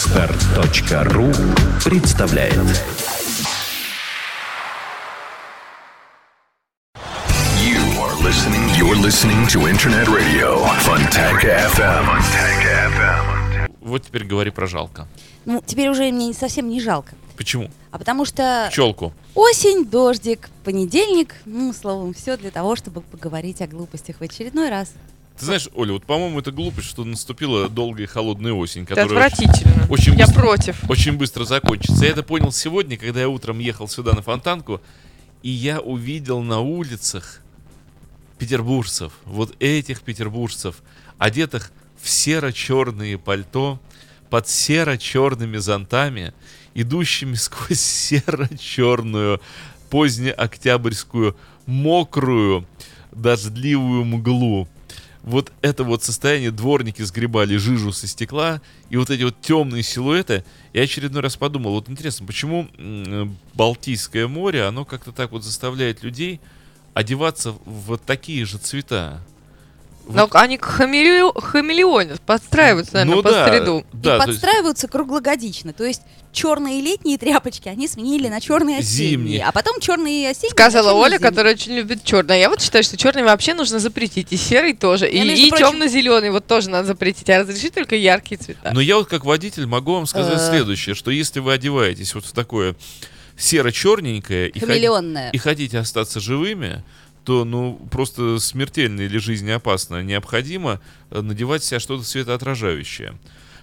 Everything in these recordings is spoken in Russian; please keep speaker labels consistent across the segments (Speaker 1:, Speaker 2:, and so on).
Speaker 1: Отстар.ру представляет
Speaker 2: You are listening, you're listening to Internet Radio Funtech FM.
Speaker 3: Вот теперь говори про жалко.
Speaker 4: Ну, теперь уже мне не- совсем не жалко.
Speaker 3: Почему?
Speaker 4: А потому что
Speaker 3: Пчелку.
Speaker 4: осень, дождик, понедельник, ну, словом, все для того, чтобы поговорить о глупостях в очередной раз.
Speaker 3: Ты знаешь, Оля, вот по-моему это глупость, что наступила долгая холодная осень,
Speaker 5: Это
Speaker 3: которая очень,
Speaker 5: отвратительно.
Speaker 3: очень
Speaker 5: Я
Speaker 3: быстро,
Speaker 5: против.
Speaker 3: очень быстро закончится. Я это понял сегодня, когда я утром ехал сюда на Фонтанку, и я увидел на улицах петербуржцев, вот этих петербуржцев, одетых в серо-черные пальто, под серо-черными зонтами, идущими сквозь серо-черную позднеоктябрьскую мокрую дождливую мглу. Вот это вот состояние дворники сгребали жижу со стекла, и вот эти вот темные силуэты. Я очередной раз подумал, вот интересно, почему м, Балтийское море, оно как-то так вот заставляет людей одеваться в такие же цвета?
Speaker 5: Но они к хамелео- хамелеонят, подстраиваются, наверное,
Speaker 3: Ну
Speaker 5: под
Speaker 3: да,
Speaker 5: среду.
Speaker 3: да,
Speaker 4: и
Speaker 3: то есть-
Speaker 4: подстраиваются круглогодично. То есть черные летние тряпочки они сменили на черные осенние.
Speaker 3: Зимние.
Speaker 4: А потом черные
Speaker 3: Ну,
Speaker 4: осенние.
Speaker 5: Сказала
Speaker 4: на чёрные
Speaker 5: Оля,
Speaker 4: зимние.
Speaker 5: которая очень любит черное. Я вот считаю, что черный вообще нужно запретить. И серый тоже.
Speaker 4: Я, между
Speaker 5: И,
Speaker 4: прочим-
Speaker 5: темно-зеленый вот тоже надо запретить. А разрешить только яркие цвета.
Speaker 3: Но я вот как водитель могу вам сказать
Speaker 4: Э.
Speaker 3: следующее, что если вы одеваетесь вот в такое серо-черненькое и, хо-
Speaker 4: Хамелеонная.
Speaker 3: и хотите остаться живыми, то ну просто смертельно или жизнеопасно необходимо э, надевать в себя что-то светоотражающее.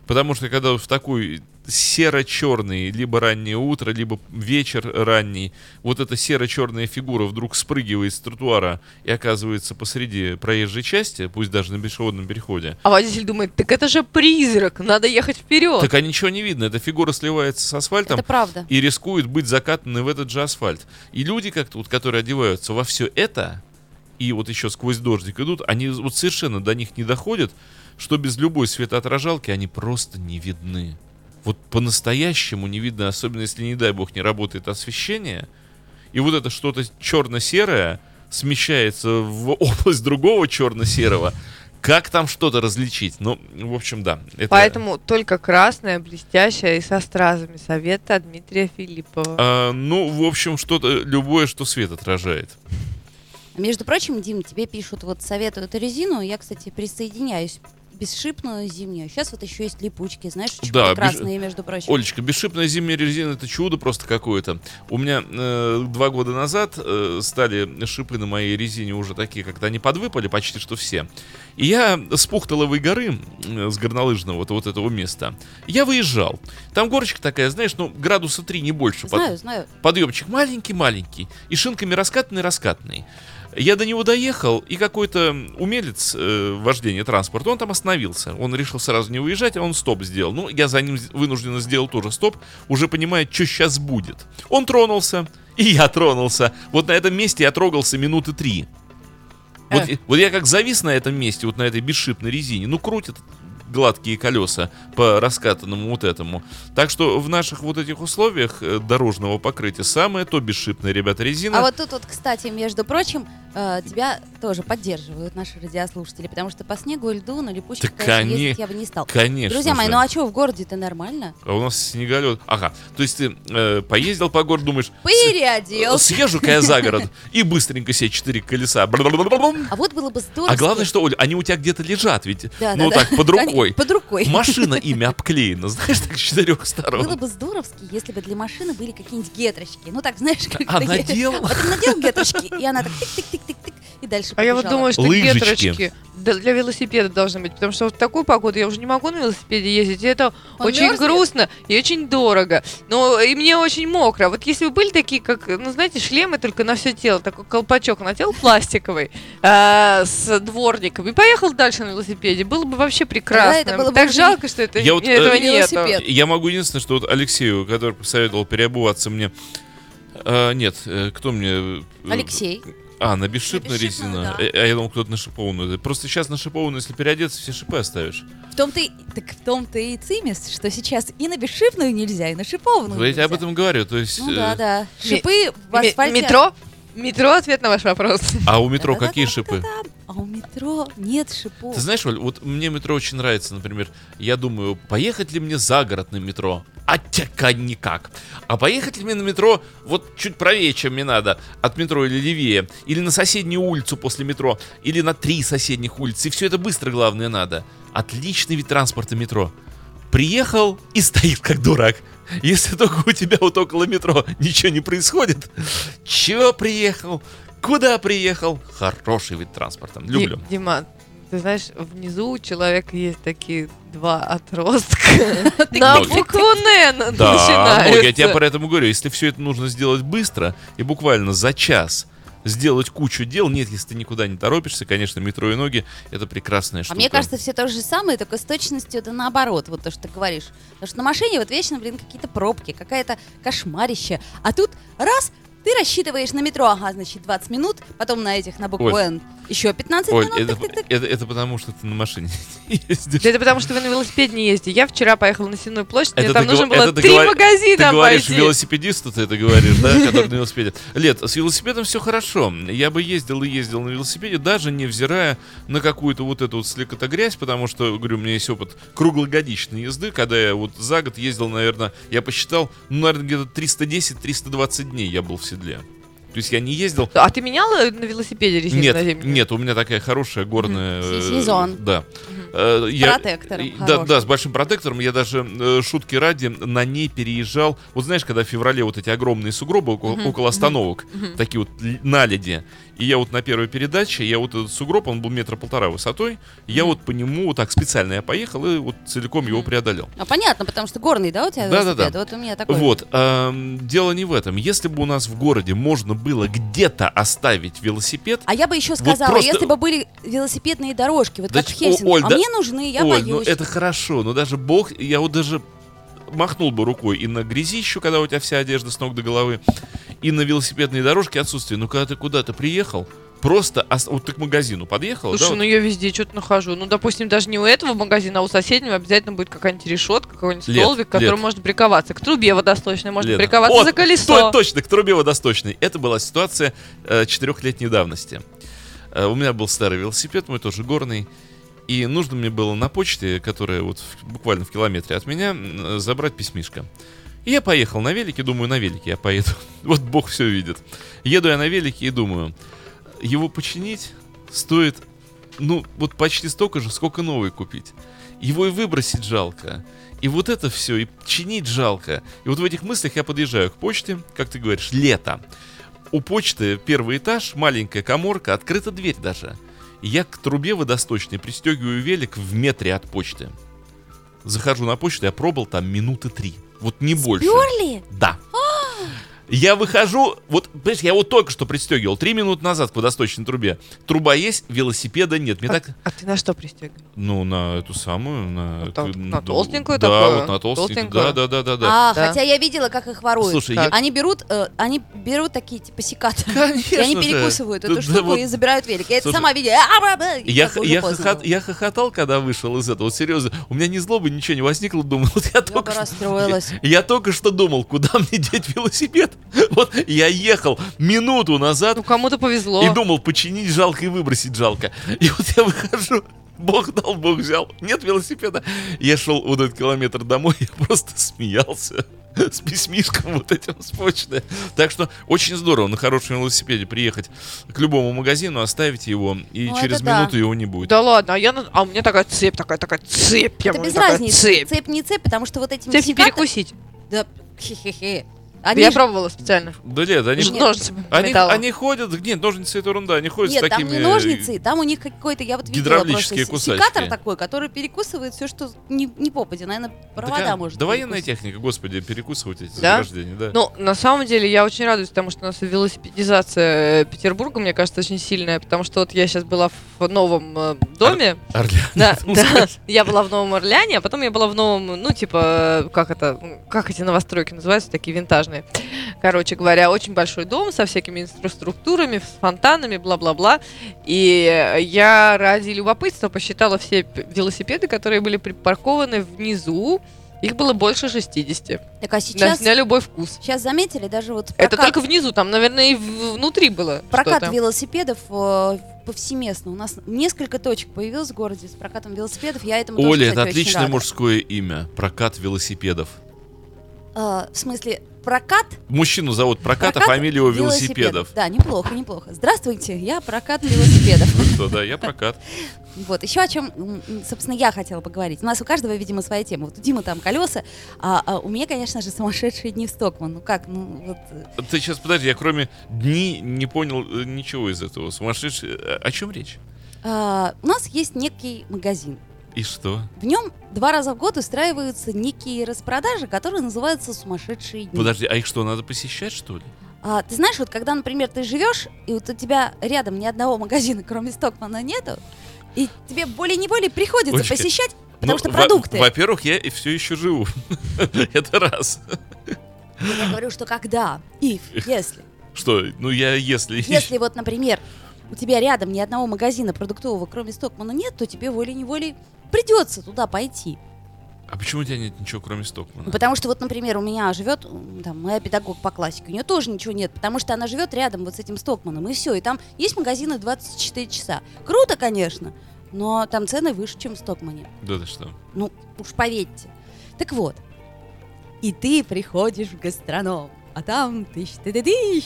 Speaker 3: Потому что когда в такой серо-черный, либо раннее утро, либо вечер ранний, вот эта серо-черная фигура вдруг спрыгивает с тротуара и оказывается посреди проезжей части, пусть даже на пешеходном переходе,
Speaker 5: А водитель думает, так это же призрак, надо ехать вперед.
Speaker 3: так а ничего не видно. Эта фигура сливается с асфальтом
Speaker 4: Это правда.
Speaker 3: и рискует быть закатанной в этот же асфальт. И люди, как-то вот, которые одеваются во все это, и вот еще сквозь дождик идут, они вот совершенно до них не доходят, что без любой светоотражалки они просто не видны. Вот по-настоящему не видно, особенно если, не дай бог, не работает освещение. И вот это что-то черно-серое смещается в область другого черно-серого. Как там что-то различить? Ну, в общем, да. это-
Speaker 5: Поэтому только красная, блестящая и со стразами. Совет от Дмитрия Филиппова.
Speaker 3: А, ну, в общем, что-то любое, что свет отражает.
Speaker 4: Между прочим, Дим, тебе пишут, вот советуют резину. Я, кстати, присоединяюсь. Бесшипную зимнюю. Сейчас вот еще есть липучки, знаешь, очень
Speaker 3: Да, беш-
Speaker 4: прекрасные, между прочим.
Speaker 3: Олечка, бесшипная зимняя резина это чудо просто какое-то. У меня э, два года назад э, стали шипы на моей резине уже такие, как-то они подвыпали почти что все. И я с Пухталовой горы, э, с горнолыжного вот, вот этого места, я выезжал. Там горочка такая, знаешь, ну градуса 3, не больше. под-
Speaker 4: Знаю, знаю.
Speaker 3: Подъемчик маленький-маленький, и шинками раскатанный-раскатанный. Я до него доехал, и какой-то умелец э, вождения транспорта, он там остановился. Он решил сразу не выезжать, а он стоп сделал. Ну, я за ним вынужденно сделал тоже стоп, уже понимая, что сейчас будет. Он тронулся, и я тронулся. Вот на этом месте я трогался минуты три. Вот,
Speaker 5: Э.
Speaker 3: и- вот я как завис на этом месте, вот на этой бесшипной резине, ну, крутит гладкие колеса по раскатанному вот этому. Так что в наших вот этих условиях э, дорожного покрытия самое то бесшипная, ребята, резина.
Speaker 4: А вот тут вот, кстати, между прочим, э, тебя тоже поддерживают наши радиослушатели, потому что по снегу и льду на липучках,
Speaker 3: Да,
Speaker 4: конечно,
Speaker 3: коне-
Speaker 4: ездить я бы не стал.
Speaker 3: Конечно.
Speaker 4: Друзья мои,
Speaker 3: же.
Speaker 4: ну а что, в городе-то нормально?
Speaker 3: А у нас снеголет. Ага, то есть ты э, поездил по городу, думаешь, «С-
Speaker 4: Переоделся.
Speaker 3: съезжу-ка я за город и быстренько себе четыре колеса. Бр-бр-бр-бр-бр.
Speaker 4: А вот было бы здорово.
Speaker 3: А главное, что, Оль, они у тебя где-то лежат, ведь,
Speaker 4: Да,
Speaker 3: ну
Speaker 4: да,
Speaker 3: так,
Speaker 4: да.
Speaker 3: под рукой.
Speaker 4: Конечно, Под рукой.
Speaker 3: Машина ими обклеена, знаешь, так с четырех сторон.
Speaker 4: Было бы здоровски, если бы для машины были какие-нибудь гетрочки. Ну так, знаешь, как
Speaker 3: А
Speaker 4: такие-
Speaker 3: надел?
Speaker 4: Вот он надел гетрочки, и она так тык-тык-тык-тык, и дальше
Speaker 5: А я вот
Speaker 4: побежала.
Speaker 5: думаю, что
Speaker 3: Лыжечки.
Speaker 5: ветрочки да, для велосипеда должны быть, потому что вот в такую погоду я уже не могу на велосипеде ездить, и это
Speaker 4: Он
Speaker 5: очень
Speaker 4: мерзнет?
Speaker 5: грустно и очень дорого. Но и мне очень мокро. Вот если бы были такие, как, ну знаете, шлемы только на все тело, такой колпачок надел пластиковый а, с дворником и поехал дальше на велосипеде, было бы вообще прекрасно.
Speaker 4: это было бы
Speaker 5: так
Speaker 4: уже
Speaker 5: жалко, что это,
Speaker 3: Я вот, э,
Speaker 5: этого
Speaker 4: велосипед.
Speaker 5: нет.
Speaker 3: Я могу единственное, что вот Алексею, который посоветовал переобуваться мне... э, нет, э, кто мне... э,
Speaker 4: Алексей,
Speaker 3: А, на бесшипную
Speaker 4: На бесшипную,
Speaker 3: резину.
Speaker 4: да.
Speaker 3: Э, А я думал, кто-то на шипованную. Да Просто сейчас на шипованную, если переодеться, все шипы оставишь.
Speaker 4: в том-то и, так в том-то и цимис, что сейчас и на бесшипную нельзя, и на шипованную
Speaker 3: Вот я тебе
Speaker 4: нельзя.
Speaker 3: об этом говорю. То есть,
Speaker 4: Ну
Speaker 3: э,
Speaker 4: да, да. Шипы в
Speaker 5: Ме-
Speaker 4: асфальте.
Speaker 5: Метро? Метро ответ на ваш вопрос.
Speaker 3: А у метро
Speaker 4: Да-да-да-да-да.
Speaker 3: какие шипы?
Speaker 4: А у метро нет шипов.
Speaker 3: Ты знаешь, Оль, вот мне метро очень нравится, например. Я думаю, поехать ли мне за город на метро? А тяка никак. А поехать ли мне на метро вот чуть правее, чем мне надо? От метро или левее? Или на соседнюю улицу после метро? Или на три соседних улицы? И все это быстро, главное, надо. Отличный вид транспорта метро. Приехал и стоит как дурак. Если только у тебя вот около метро ничего не происходит. Чего приехал? Куда приехал? Хороший вид транспорта.
Speaker 5: Ди-
Speaker 3: Люблю.
Speaker 5: Дима, ты знаешь, внизу у человека есть такие два отростка. На
Speaker 3: Ноги.
Speaker 5: букву Н
Speaker 3: Да, ноги. я тебе
Speaker 5: начинается.
Speaker 3: про это говорю. Если все это нужно сделать быстро и буквально за час сделать кучу дел, нет, если ты никуда не торопишься, конечно, метро и ноги — это прекрасная штука.
Speaker 4: А мне кажется, все то же самое, только с точностью это наоборот, вот то, что ты говоришь. Потому что на машине вот вечно, блин, какие-то пробки, какая-то кошмарище. А тут раз, ты рассчитываешь на метро, ага, значит, 20 минут, потом на этих, на букву
Speaker 3: Оль.
Speaker 4: Н, еще 15
Speaker 3: Оль,
Speaker 4: минут.
Speaker 3: это,
Speaker 4: тык-тык-тык.
Speaker 3: это- это потому, что ты на машине ездишь.
Speaker 5: Да это потому, что вы на велосипеде не ездите. Я вчера поехала на Сенную площадь, мне
Speaker 3: Это
Speaker 5: там
Speaker 3: ты
Speaker 5: нужно
Speaker 3: гов-
Speaker 5: было
Speaker 3: это ты
Speaker 5: три
Speaker 3: говори- Ты
Speaker 5: магазина
Speaker 3: говоришь
Speaker 5: обойти.
Speaker 3: велосипедисту, ты это говоришь, да, который на велосипеде. Лет, с велосипедом все хорошо. Я бы ездил и ездил на велосипеде, даже невзирая на какую-то вот эту вот сликотогрязь, потому что, говорю, у меня есть опыт круглогодичной езды, когда я вот за год ездил, наверное, я посчитал, ну, наверное, где-то 310-320 дней я был в седле. То есть я не ездил.
Speaker 5: А ты меняла на велосипеде резину на
Speaker 3: Нет,
Speaker 5: зимнюю?
Speaker 3: нет, у меня такая хорошая горная...
Speaker 4: Мгм.
Speaker 3: э,
Speaker 4: Сезон.
Speaker 3: Да. Э, я-
Speaker 4: Протектором
Speaker 3: и- Да,
Speaker 4: хорошим.
Speaker 3: да, с большим протектором. Я даже э, шутки ради на ней переезжал. Вот знаешь, когда в феврале вот эти огромные сугробы око-
Speaker 5: Мгм,
Speaker 3: около остановок,
Speaker 5: мгм.
Speaker 3: такие вот л- наледи. И я вот на первой передаче, я вот этот сугроб, он был метра полтора высотой, я вот по нему вот так специально я поехал и вот целиком его
Speaker 5: Мгм.
Speaker 3: преодолел.
Speaker 4: А понятно, потому что горный, да, у тебя
Speaker 3: Да-да-да.
Speaker 4: велосипед? Вот у меня такой.
Speaker 3: Вот, эм, дело не в этом. Если бы у нас в городе можно было где-то оставить велосипед,
Speaker 4: А я бы еще
Speaker 3: Вот
Speaker 4: сказала,
Speaker 3: просто-
Speaker 4: если бы были велосипедные дорожки, вот
Speaker 3: Да
Speaker 4: как в
Speaker 3: ч- о,
Speaker 4: Хельсинки,
Speaker 3: Оль,
Speaker 4: а
Speaker 3: да-
Speaker 4: мне нужны, я
Speaker 3: Оль, ну
Speaker 4: боюсь.
Speaker 3: это хорошо, но даже бог, я вот даже махнул бы рукой и на грязищу, когда у тебя вся одежда с ног до головы, и на велосипедной дорожке отсутствие. Но когда ты куда-то приехал, просто ос- вот ты к магазину подъехал,
Speaker 5: Слушай,
Speaker 3: да?
Speaker 5: ну
Speaker 3: вот,
Speaker 5: я везде что-то нахожу. Ну, допустим, даже не у этого магазина, а у соседнего обязательно будет какая-нибудь решетка, какой-нибудь
Speaker 3: Лет,
Speaker 5: столбик, к которому
Speaker 3: лет.
Speaker 5: можно приковаться. К трубе водосточной можно
Speaker 3: Лена.
Speaker 5: приковаться
Speaker 3: Вот,
Speaker 5: за
Speaker 3: то-
Speaker 5: колесо.
Speaker 3: точно, к трубе водосточной. Это была ситуация э, четырехлетней давности. Э, у меня был старый велосипед, мой тоже горный. И нужно мне было на почте, которая вот в- буквально в километре от меня, м, э, забрать письмишко. И я поехал на велике, думаю, на велике я поеду. Вот бог все видит. Еду я на велике и думаю, его починить стоит, ну, вот почти столько же, сколько новый купить. Его и выбросить жалко. И вот это все, и чинить жалко. И вот в этих мыслях я подъезжаю к почте, как ты говоришь, лето. У почты первый этаж, маленькая коморка, открыта дверь даже. И Я к трубе водосточной пристегиваю велик в метре от почты. Захожу на почту, я пробыл там минуты три. Вот не больше.
Speaker 4: Перли?
Speaker 3: Да. Я выхожу, вот, понимаешь, я его только что пристегивал, три минуты назад к водосточной трубе. Труба есть, велосипеда нет. Мне
Speaker 5: А,
Speaker 3: так,
Speaker 5: а ты на что пристегиваешь?
Speaker 3: ну, на эту самую, на...
Speaker 5: Вот так,
Speaker 3: эту,
Speaker 5: на
Speaker 3: ду-
Speaker 5: толстенькую
Speaker 3: да,
Speaker 5: такую,
Speaker 3: вот на толстенькую,
Speaker 5: толстенькую.
Speaker 3: да, да, да, да, да.
Speaker 4: А,
Speaker 5: Да.
Speaker 4: хотя я видела, как их воруют.
Speaker 3: Слушай,
Speaker 5: Так.
Speaker 4: Они берут, э, они берут такие типа секаторы.
Speaker 3: Конечно
Speaker 4: и они
Speaker 3: же.
Speaker 4: перекусывают
Speaker 3: Да-
Speaker 4: эту
Speaker 3: да
Speaker 4: штуку
Speaker 3: вот.
Speaker 4: и забирают велик. Я это
Speaker 3: Слушай,
Speaker 4: сама видела. А, ба, ба, и
Speaker 3: Я,
Speaker 4: как
Speaker 3: х-
Speaker 4: бы уже
Speaker 3: я,
Speaker 4: поздно
Speaker 3: хохот-
Speaker 4: было.
Speaker 3: я хохотал, когда вышел из этого. Вот серьезно, у меня ни злобы, ничего не возникло. Думал, вот я
Speaker 4: Я бы
Speaker 3: только что...
Speaker 4: расстроилась.
Speaker 3: Я только что думал, куда мне деть велосипед. Вот я ехал минуту назад
Speaker 5: Ну, кому-то повезло.
Speaker 3: и думал, починить жалко и выбросить жалко. И вот я выхожу, бог дал, бог взял. Нет велосипеда. Я шел вот этот километр домой, я просто смеялся с письмишком вот этим с почты. Так что очень здорово на хорошем велосипеде приехать к любому магазину, оставить его, и
Speaker 4: Ну,
Speaker 3: через
Speaker 4: это да.
Speaker 3: минуту его не будет.
Speaker 5: Да ладно, а я на- а у меня такая цепь, такая такая цепь, я
Speaker 4: Это
Speaker 5: говорю,
Speaker 4: без
Speaker 5: такая
Speaker 4: разницы.
Speaker 5: цепь.
Speaker 4: Цепь. не цепь, потому что вот этими
Speaker 5: Цепь не
Speaker 4: секаторами-
Speaker 5: перекусить.
Speaker 4: Да, хе-хе-хе.
Speaker 5: Да
Speaker 4: Они
Speaker 5: я
Speaker 4: ж-
Speaker 5: пробовала специально.
Speaker 3: Да нет, они,
Speaker 5: Ж- Ножницами
Speaker 3: они,
Speaker 5: металла.
Speaker 3: они ходят, нет, ножницы это ерунда, они ходят
Speaker 4: Нет,
Speaker 3: с такими... э,
Speaker 4: там не ножницы, там у них какой-то, я вот видела просто
Speaker 3: гидравлические
Speaker 4: се-
Speaker 3: кусачки.
Speaker 4: секатор такой, который перекусывает все, что не, не попади. Наверное, провода
Speaker 3: Такая-
Speaker 4: может
Speaker 3: Да военная
Speaker 4: перекусить.
Speaker 3: техника, господи, перекусывать эти
Speaker 5: Да?
Speaker 3: заграждения, да.
Speaker 5: Ну, на самом деле, я очень радуюсь, потому что у нас велосипедизация э, Петербурга, мне кажется, очень сильная, потому что вот я сейчас была в новом э, доме,
Speaker 3: Орля-
Speaker 5: да,
Speaker 3: ну,
Speaker 5: да, я была в Новом Орлеане, а потом я была в новом, ну, типа, э, как это, м, как эти новостройки называются, такие винтажные. Короче говоря, очень большой дом со всякими инфраструктурами, с фонтанами, бла-бла-бла. И э, я ради любопытства посчитала все п- велосипеды, которые были припаркованы внизу. Их было больше 60.
Speaker 4: Так а
Speaker 5: На,
Speaker 4: сейчас,
Speaker 5: на любой вкус.
Speaker 4: сейчас заметили, даже вот
Speaker 5: Это
Speaker 4: прокат,
Speaker 5: только внизу, там, наверное, и в- внутри было.
Speaker 4: прокат
Speaker 5: что-то.
Speaker 4: велосипедов э, повсеместно. У нас несколько точек появилось в городе с прокатом велосипедов. Я этому Ну, тоже,
Speaker 3: Оля, это
Speaker 4: кстати, очень
Speaker 3: отличное
Speaker 4: рада.
Speaker 3: мужское имя. Прокат велосипедов.
Speaker 4: Э, в смысле, прокат
Speaker 3: Мужчину зовут прокат, а
Speaker 4: Прокат
Speaker 3: фамилию велосипедов.
Speaker 4: Да, неплохо, неплохо. Здравствуйте, я прокат велосипедов.
Speaker 3: Вы что, да, я прокат.
Speaker 4: Вот, еще о чем, м, м, собственно, я хотела поговорить. У нас у каждого, видимо, своя тема. Вот у Димы там колеса, а, а у меня, конечно же, сумасшедшие дни в Стокман. Ну как, ну вот... э,
Speaker 3: Ты сейчас подожди, я кроме дни не понял э, ничего из этого. Сумасшедший. э, О чем речь?
Speaker 4: а, у нас есть некий магазин.
Speaker 3: И что?
Speaker 4: В нем два раза в год устраиваются некие распродажи, которые называются «Сумасшедшие дни».
Speaker 3: Подожди, а их что, надо посещать, что ли?
Speaker 4: А, ты знаешь, вот когда, например, ты живешь, и вот у тебя рядом ни одного магазина, кроме Стокмана, нету, и тебе более-не более приходится
Speaker 3: Олечка,
Speaker 4: посещать, потому
Speaker 3: Ну,
Speaker 4: что
Speaker 3: во-
Speaker 4: продукты.
Speaker 3: Во-первых, я все еще живу. Это раз.
Speaker 4: Я говорю, что когда, if, если.
Speaker 3: Что, ну я если...
Speaker 4: Если вот, например, у тебя рядом ни одного магазина продуктового, кроме Стокмана, нет, то тебе волей-неволей придется туда пойти.
Speaker 3: А почему у тебя нет ничего, кроме Стокмана?
Speaker 4: Потому что вот, например, у меня живет м, там, моя педагог по классике, у нее тоже ничего нет, потому что она живет рядом вот с этим Стокманом, и все, и там есть магазины 24 часа. Круто, конечно, но там цены выше, чем в Стокмане.
Speaker 3: Да ты что?
Speaker 4: Ну, уж поверьте. Так вот, и ты приходишь в гастроном, а там тыщ ты тыщ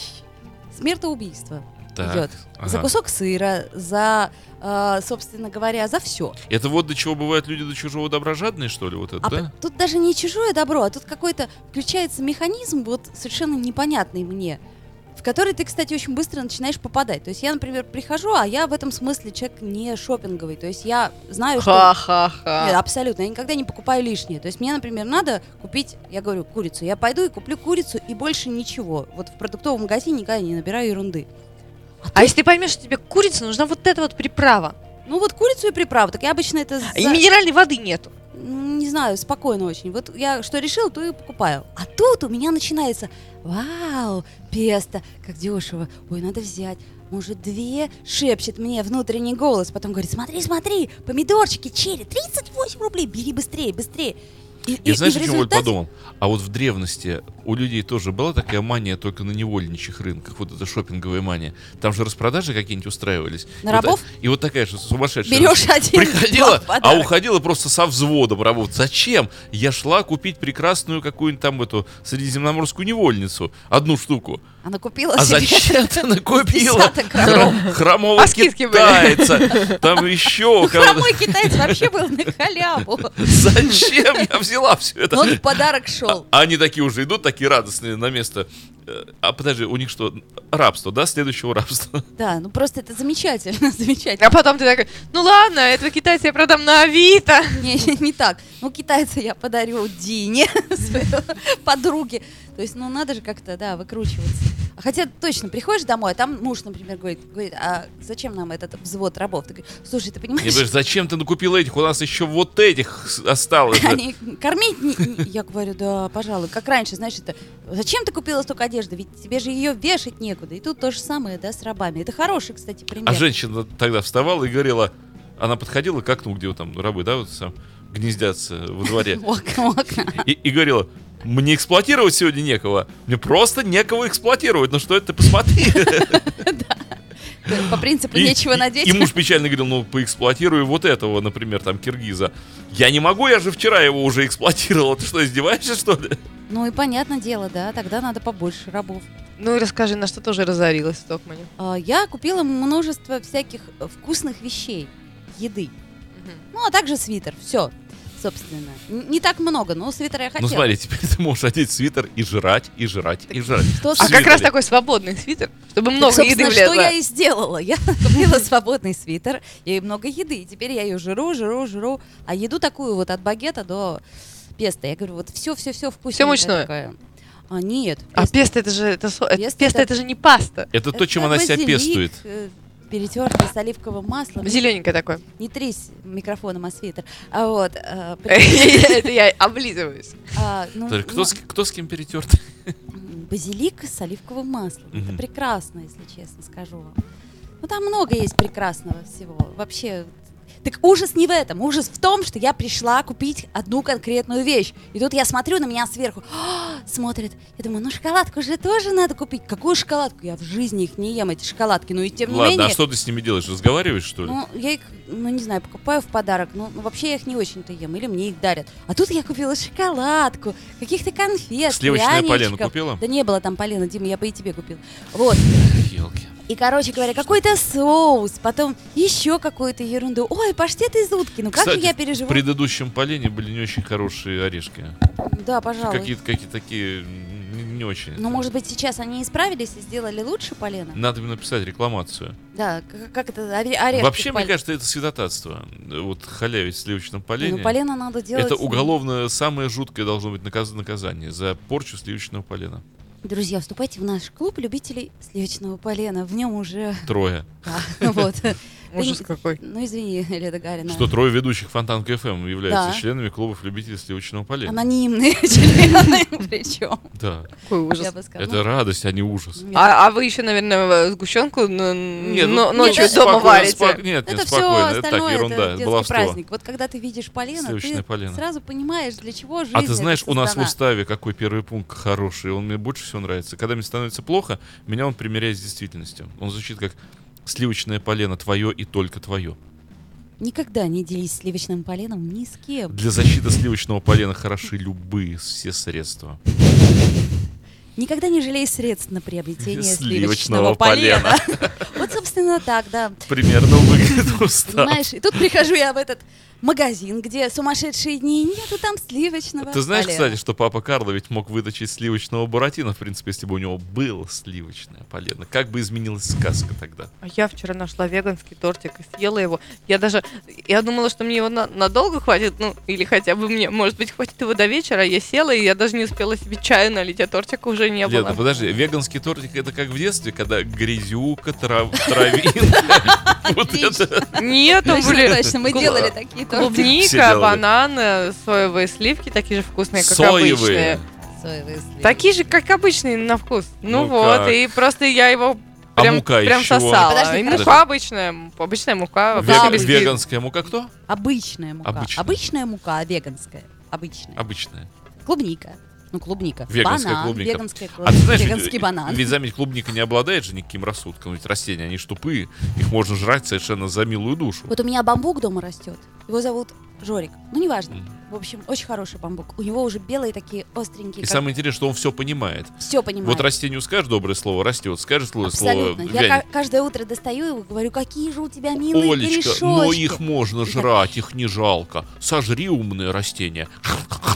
Speaker 4: смертоубийство.
Speaker 3: Так.
Speaker 4: Идет.
Speaker 3: ага.
Speaker 4: За кусок сыра, за, э, собственно говоря, за все.
Speaker 3: Это вот до чего бывают люди до чужого добра жадные, что ли, вот это,
Speaker 4: А
Speaker 3: да?
Speaker 4: п- тут даже не чужое добро, а тут какой-то включается механизм, вот совершенно непонятный мне, в который ты, кстати, очень быстро начинаешь попадать. То есть я, например, прихожу, а я в этом смысле человек не шопинговый. То есть я знаю, что... Нет, а
Speaker 5: Ха-ха-ха.
Speaker 4: абсолютно, я никогда не покупаю лишнее. То есть мне, например, надо купить, я говорю, курицу. Я пойду и куплю курицу и больше ничего. Вот в продуктовом магазине никогда не набираю ерунды.
Speaker 5: А если ты поймешь, что тебе курица нужна вот эта вот приправа,
Speaker 4: Ну вот курицу и приправу, так я обычно это...
Speaker 3: А
Speaker 4: за-
Speaker 5: и минеральной воды нету.
Speaker 4: М, Ну, не знаю, спокойно очень. Вот я что решил, то и покупаю. А тут у меня начинается, вау, песто, как дешево, ой, надо взять. Может, две? Шепчет мне внутренний голос. Потом говорит, смотри, смотри, помидорчики, черри, 38 рублей, бери быстрее, быстрее. И, и-
Speaker 3: Я
Speaker 4: и
Speaker 3: знаешь,
Speaker 4: в
Speaker 3: о чем Оль
Speaker 4: результате-
Speaker 3: подумал? А вот в древности у людей тоже была такая мания только на невольничьих рынках, вот эта шопинговая мания. Там же распродажи какие-нибудь устраивались. И вот та-
Speaker 4: На рабов?
Speaker 3: И вот такая же сумасшедшая.
Speaker 4: Берешь один
Speaker 3: Приходила,
Speaker 4: в
Speaker 3: а
Speaker 4: подарок.
Speaker 3: уходила просто со взводом работать. Зачем? Я шла купить прекрасную какую-нибудь там эту средиземноморскую невольницу. Одну штуку.
Speaker 4: Она купила
Speaker 3: А
Speaker 4: себе
Speaker 3: зачем ты накупила?
Speaker 4: десяток
Speaker 3: Хром,
Speaker 4: коробок.
Speaker 3: хромого
Speaker 5: А скидки были?
Speaker 3: китайца. Там еще кого-то.
Speaker 4: Хромой китаец вообще был на халяву.
Speaker 3: Зачем я взяла все это?
Speaker 4: Но он в подарок шел.
Speaker 3: А они такие уже идут, такие радостные на место. Э, А подожди, у них что, рабство, да, следующего рабства?
Speaker 4: Да, ну просто это замечательно, замечательно.
Speaker 5: А потом ты такой, ну ладно, этого китайца я продам на Авито.
Speaker 4: Не, не так. Ну, китайца я подарю Дине, своей подруге. То есть, ну, надо же как-то, да, выкручиваться. А Хотя точно, приходишь домой, а там муж, например, говорит, говорит, а зачем нам этот взвод рабов? Ты говоришь, слушай, ты
Speaker 3: Я
Speaker 4: понимаешь,
Speaker 3: говорю, зачем ты накупил этих? У нас еще вот этих с- осталось.
Speaker 4: они кормить не- не- Я говорю, да, пожалуй, как раньше, знаешь, это зачем ты купила столько одежды? Ведь тебе же ее вешать некуда. И тут то же самое, да, с рабами. Это хороший, кстати,
Speaker 3: А
Speaker 4: пример.
Speaker 3: женщина тогда вставала и говорила, она подходила к окну, где вот там рабы, да, вот сам гнездятся во дворе,
Speaker 4: О, как.
Speaker 3: и, и говорила, мне эксплуатировать сегодня некого, мне просто некого эксплуатировать, ну что это ты посмотри.
Speaker 4: По принципу,
Speaker 3: И-
Speaker 4: нечего
Speaker 3: и-
Speaker 4: надеть.
Speaker 3: И муж печально говорил, ну поэксплуатирую вот этого, например, там, киргиза. Я не могу, я же вчера его уже эксплуатировал. Ты что, издеваешься, что ли?
Speaker 4: Ну и понятное дело, да, тогда надо побольше рабов.
Speaker 5: Ну и расскажи, на что тоже разорилась в Токмане.
Speaker 4: А, Я купила множество всяких э, вкусных вещей, еды. Ну, а также свитер, все, собственно. Н- Не так много, но свитер я хотела.
Speaker 3: Ну смотри, теперь ты можешь одеть свитер и жрать, и жрать, и жрать.
Speaker 4: Что
Speaker 5: А
Speaker 4: с-
Speaker 5: как
Speaker 3: Свитеры.
Speaker 5: раз такой свободный свитер, чтобы
Speaker 4: Так,
Speaker 5: много еды
Speaker 4: собственно, что я
Speaker 5: влезло.
Speaker 4: и сделала. Я купила свободный свитер и много еды. И теперь я ее жру, жру, жру. А еду такую вот от багета до песта. Я говорю, вот все-все-все вкусненькое.
Speaker 5: мучное?
Speaker 4: такое. А, нет. э,
Speaker 5: А песто это же это со- это-
Speaker 4: Песто
Speaker 5: песто
Speaker 4: это-
Speaker 5: это же не паста.
Speaker 3: Это то, чем она себя пестует.
Speaker 4: Перетертый э, с оливковым маслом.
Speaker 5: Зелененькое такое.
Speaker 4: Не трись микрофоном, а свитер. А вот. а,
Speaker 5: Это я облизываюсь.
Speaker 4: А, ну,
Speaker 3: Подожди, Кто
Speaker 4: ну,
Speaker 3: с, кто с кем перетерт?
Speaker 4: м, Базилик с оливковым маслом. Это
Speaker 3: Мгм.
Speaker 4: прекрасно, если честно скажу вам. Ну, там много есть прекрасного всего. Вообще, Так ужас не в этом. Ужас в том, что я пришла купить одну конкретную вещь. И тут я смотрю на меня сверху. «А, смотрит. Я думаю, ну шоколадку же тоже надо купить. Какую шоколадку? Я в жизни их не ем, эти шоколадки. Ну и тем не
Speaker 3: Ладно,
Speaker 4: менее...
Speaker 3: а что ты с ними делаешь? Разговариваешь, что ли?
Speaker 4: Ну, я их, ну, не знаю, покупаю в подарок. Ну, ну, вообще я их не очень-то ем. Или мне их дарят. А тут я купила шоколадку, каких-то конфет,
Speaker 3: Сливочное полено
Speaker 4: пряничков.
Speaker 3: купила?
Speaker 4: Да не было там полена, Дима, я бы и тебе купила. Вот.
Speaker 3: Елки.
Speaker 4: И, короче говоря, какой-то соус, потом еще какую-то ерунду. Ой, паштет из утки. Ну, как же
Speaker 3: Кстати,
Speaker 4: я
Speaker 3: В
Speaker 4: переживала?
Speaker 3: предыдущем полене были не очень хорошие орешки.
Speaker 4: Да, пожалуй.
Speaker 3: Какие-то какие такие м, не, не очень.
Speaker 4: Ну, может быть, сейчас они исправились и сделали лучше полено?
Speaker 3: Надо бы написать рекламацию.
Speaker 4: Да, к- как это, оре- орешки
Speaker 3: Вообще,
Speaker 4: в
Speaker 3: мне
Speaker 4: поле-
Speaker 3: кажется, это святотатство. Вот халявить в сливочном
Speaker 4: Ну,
Speaker 3: полене.
Speaker 4: полено надо делать... э,
Speaker 3: это уголовное, самое жуткое должно быть наказ- наказание за порчу сливочного полена.
Speaker 4: Друзья, вступайте в наш клуб любителей сливочного полена. В нем уже...
Speaker 3: Трое.
Speaker 4: да, А, Вот.
Speaker 5: Ужас
Speaker 4: Ты-
Speaker 5: какой.
Speaker 4: Ну, извини, Леда Гарина.
Speaker 3: Что трое ведущих Фонтанка ФМ являются
Speaker 4: Да.
Speaker 3: членами клубов любителей сливочного полена.
Speaker 4: Анонимные члены, причем.
Speaker 3: Да.
Speaker 5: Какой
Speaker 4: Я
Speaker 5: ужас.
Speaker 4: бы сказала.
Speaker 3: Это радость, а не ужас.
Speaker 4: Нет.
Speaker 5: А, а вы еще, наверное, в- сгущенку ну,
Speaker 3: Не, ну,
Speaker 5: но- ночью
Speaker 4: нет,
Speaker 5: дома
Speaker 3: спокойно,
Speaker 5: варите.
Speaker 3: спок- Нет, нет,
Speaker 4: Ну, Это все
Speaker 3: спокойно. Это
Speaker 4: остальное,
Speaker 3: так, ерунда,
Speaker 4: это детский
Speaker 3: баловство.
Speaker 4: праздник. Вот когда ты видишь полено,
Speaker 3: Сливочное
Speaker 4: ты
Speaker 3: полено.
Speaker 4: сразу понимаешь, для чего жизнь
Speaker 3: А ты
Speaker 4: эта
Speaker 3: знаешь, у нас в
Speaker 4: создана.
Speaker 3: уставе какой первый пункт хороший, он мне больше всего нравится. Когда мне становится плохо, меня он примеряет с действительностью. Он звучит как «Сливочное полено твое и только твое».
Speaker 4: Никогда не делись сливочным поленом ни с кем.
Speaker 3: Для защиты сливочного полена хороши любые все средства.
Speaker 4: Никогда не жалей средств на приобретение
Speaker 3: Сливочного
Speaker 4: сливочного полена. Вот, собственно, так, да.
Speaker 3: Примерно выглядит устав.
Speaker 4: Понимаешь, и тут прихожу я в этот магазин, где сумасшедшие дни, и нету там сливочного
Speaker 3: Ты знаешь,
Speaker 4: полена.
Speaker 3: кстати, что папа Карло ведь мог выточить сливочного Буратино, в принципе, если бы у него было сливочное полено. Как бы изменилась сказка тогда?
Speaker 5: А я вчера нашла веганский тортик и съела его. Я даже, я думала, что мне его на- надолго хватит, ну, или хотя бы мне, может быть, хватит его до вечера. Я села, и я даже не успела себе чаю налить, а тортика уже не было.
Speaker 3: Лена, подожди, веганский тортик это как в детстве, когда грязюка, трав- травинка, вот
Speaker 4: Отлично.
Speaker 3: это.
Speaker 5: Нет, там
Speaker 4: Точно,
Speaker 5: были
Speaker 4: точно, мы
Speaker 5: гла-
Speaker 4: делали такие тортики
Speaker 3: Все
Speaker 5: клубника,
Speaker 3: делали.
Speaker 5: бананы, соевые сливки, такие же вкусные, как
Speaker 3: Соевые.
Speaker 5: обычные.
Speaker 4: соевые сливки.
Speaker 5: Такие же, как обычные на вкус. Ну,
Speaker 3: Ну
Speaker 5: вот,
Speaker 3: как?
Speaker 5: и просто я его
Speaker 3: А
Speaker 5: прям,
Speaker 3: мука
Speaker 5: прям
Speaker 3: из чего?
Speaker 5: сосала.
Speaker 4: Подожди,
Speaker 5: и
Speaker 3: подожди.
Speaker 5: мука обычная, м, обычная мука.
Speaker 3: Вег-
Speaker 4: Да,
Speaker 5: обычные сливки.
Speaker 3: Веганская мука кто?
Speaker 4: Обычная мука.
Speaker 3: Обычная.
Speaker 4: мука, а веганская. Обычная.
Speaker 3: Обычная.
Speaker 4: Клубника. Ну, клубника.
Speaker 3: Веганская
Speaker 4: Банан,
Speaker 3: клубника.
Speaker 4: Веганская клубника.
Speaker 3: А ты знаешь,
Speaker 4: веганский
Speaker 3: ведь,
Speaker 4: банан.
Speaker 3: ведь заметь, клубника не обладает же никаким рассудком. Ведь растения, они ж тупые. Их можно жрать совершенно за милую душу.
Speaker 4: Вот у меня бамбук дома растет. Его зовут Жорик. Ну, неважно.
Speaker 3: Мгм.
Speaker 4: В общем, очень хороший бамбук. У него уже белые такие остренькие.
Speaker 3: И
Speaker 4: как
Speaker 3: самое интересное, что он все понимает.
Speaker 4: Все понимаю.
Speaker 3: Вот растению скажешь доброе слово, растет. Скажешь слово, слово
Speaker 4: Абсолютно. Я
Speaker 3: вянет.
Speaker 4: ка- каждое утро достаю его, говорю, какие же у тебя милые
Speaker 3: Олечка,
Speaker 4: корешочки.
Speaker 3: но их можно
Speaker 4: И так.
Speaker 3: жрать, их не жалко. Сожри умное растение.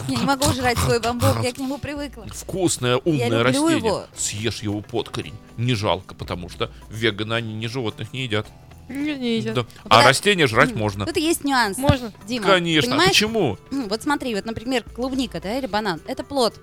Speaker 4: Я не могу жрать свой бамбук, я к нему привыкла.
Speaker 3: Вкусное, умное
Speaker 4: люблю
Speaker 3: растение.
Speaker 4: его.
Speaker 3: Съешь его под корень. Не жалко, потому что веганы, они не животных не едят.
Speaker 5: Не, не едят.
Speaker 3: Да.
Speaker 4: да.
Speaker 3: А растения жрать
Speaker 4: М,
Speaker 3: можно.
Speaker 4: Тут есть нюанс.
Speaker 5: Можно.
Speaker 4: Дима,
Speaker 3: Конечно. А
Speaker 4: понимаешь,
Speaker 3: Почему?
Speaker 4: М, Вот смотри, вот, например, клубника, да, или банан. Это плод.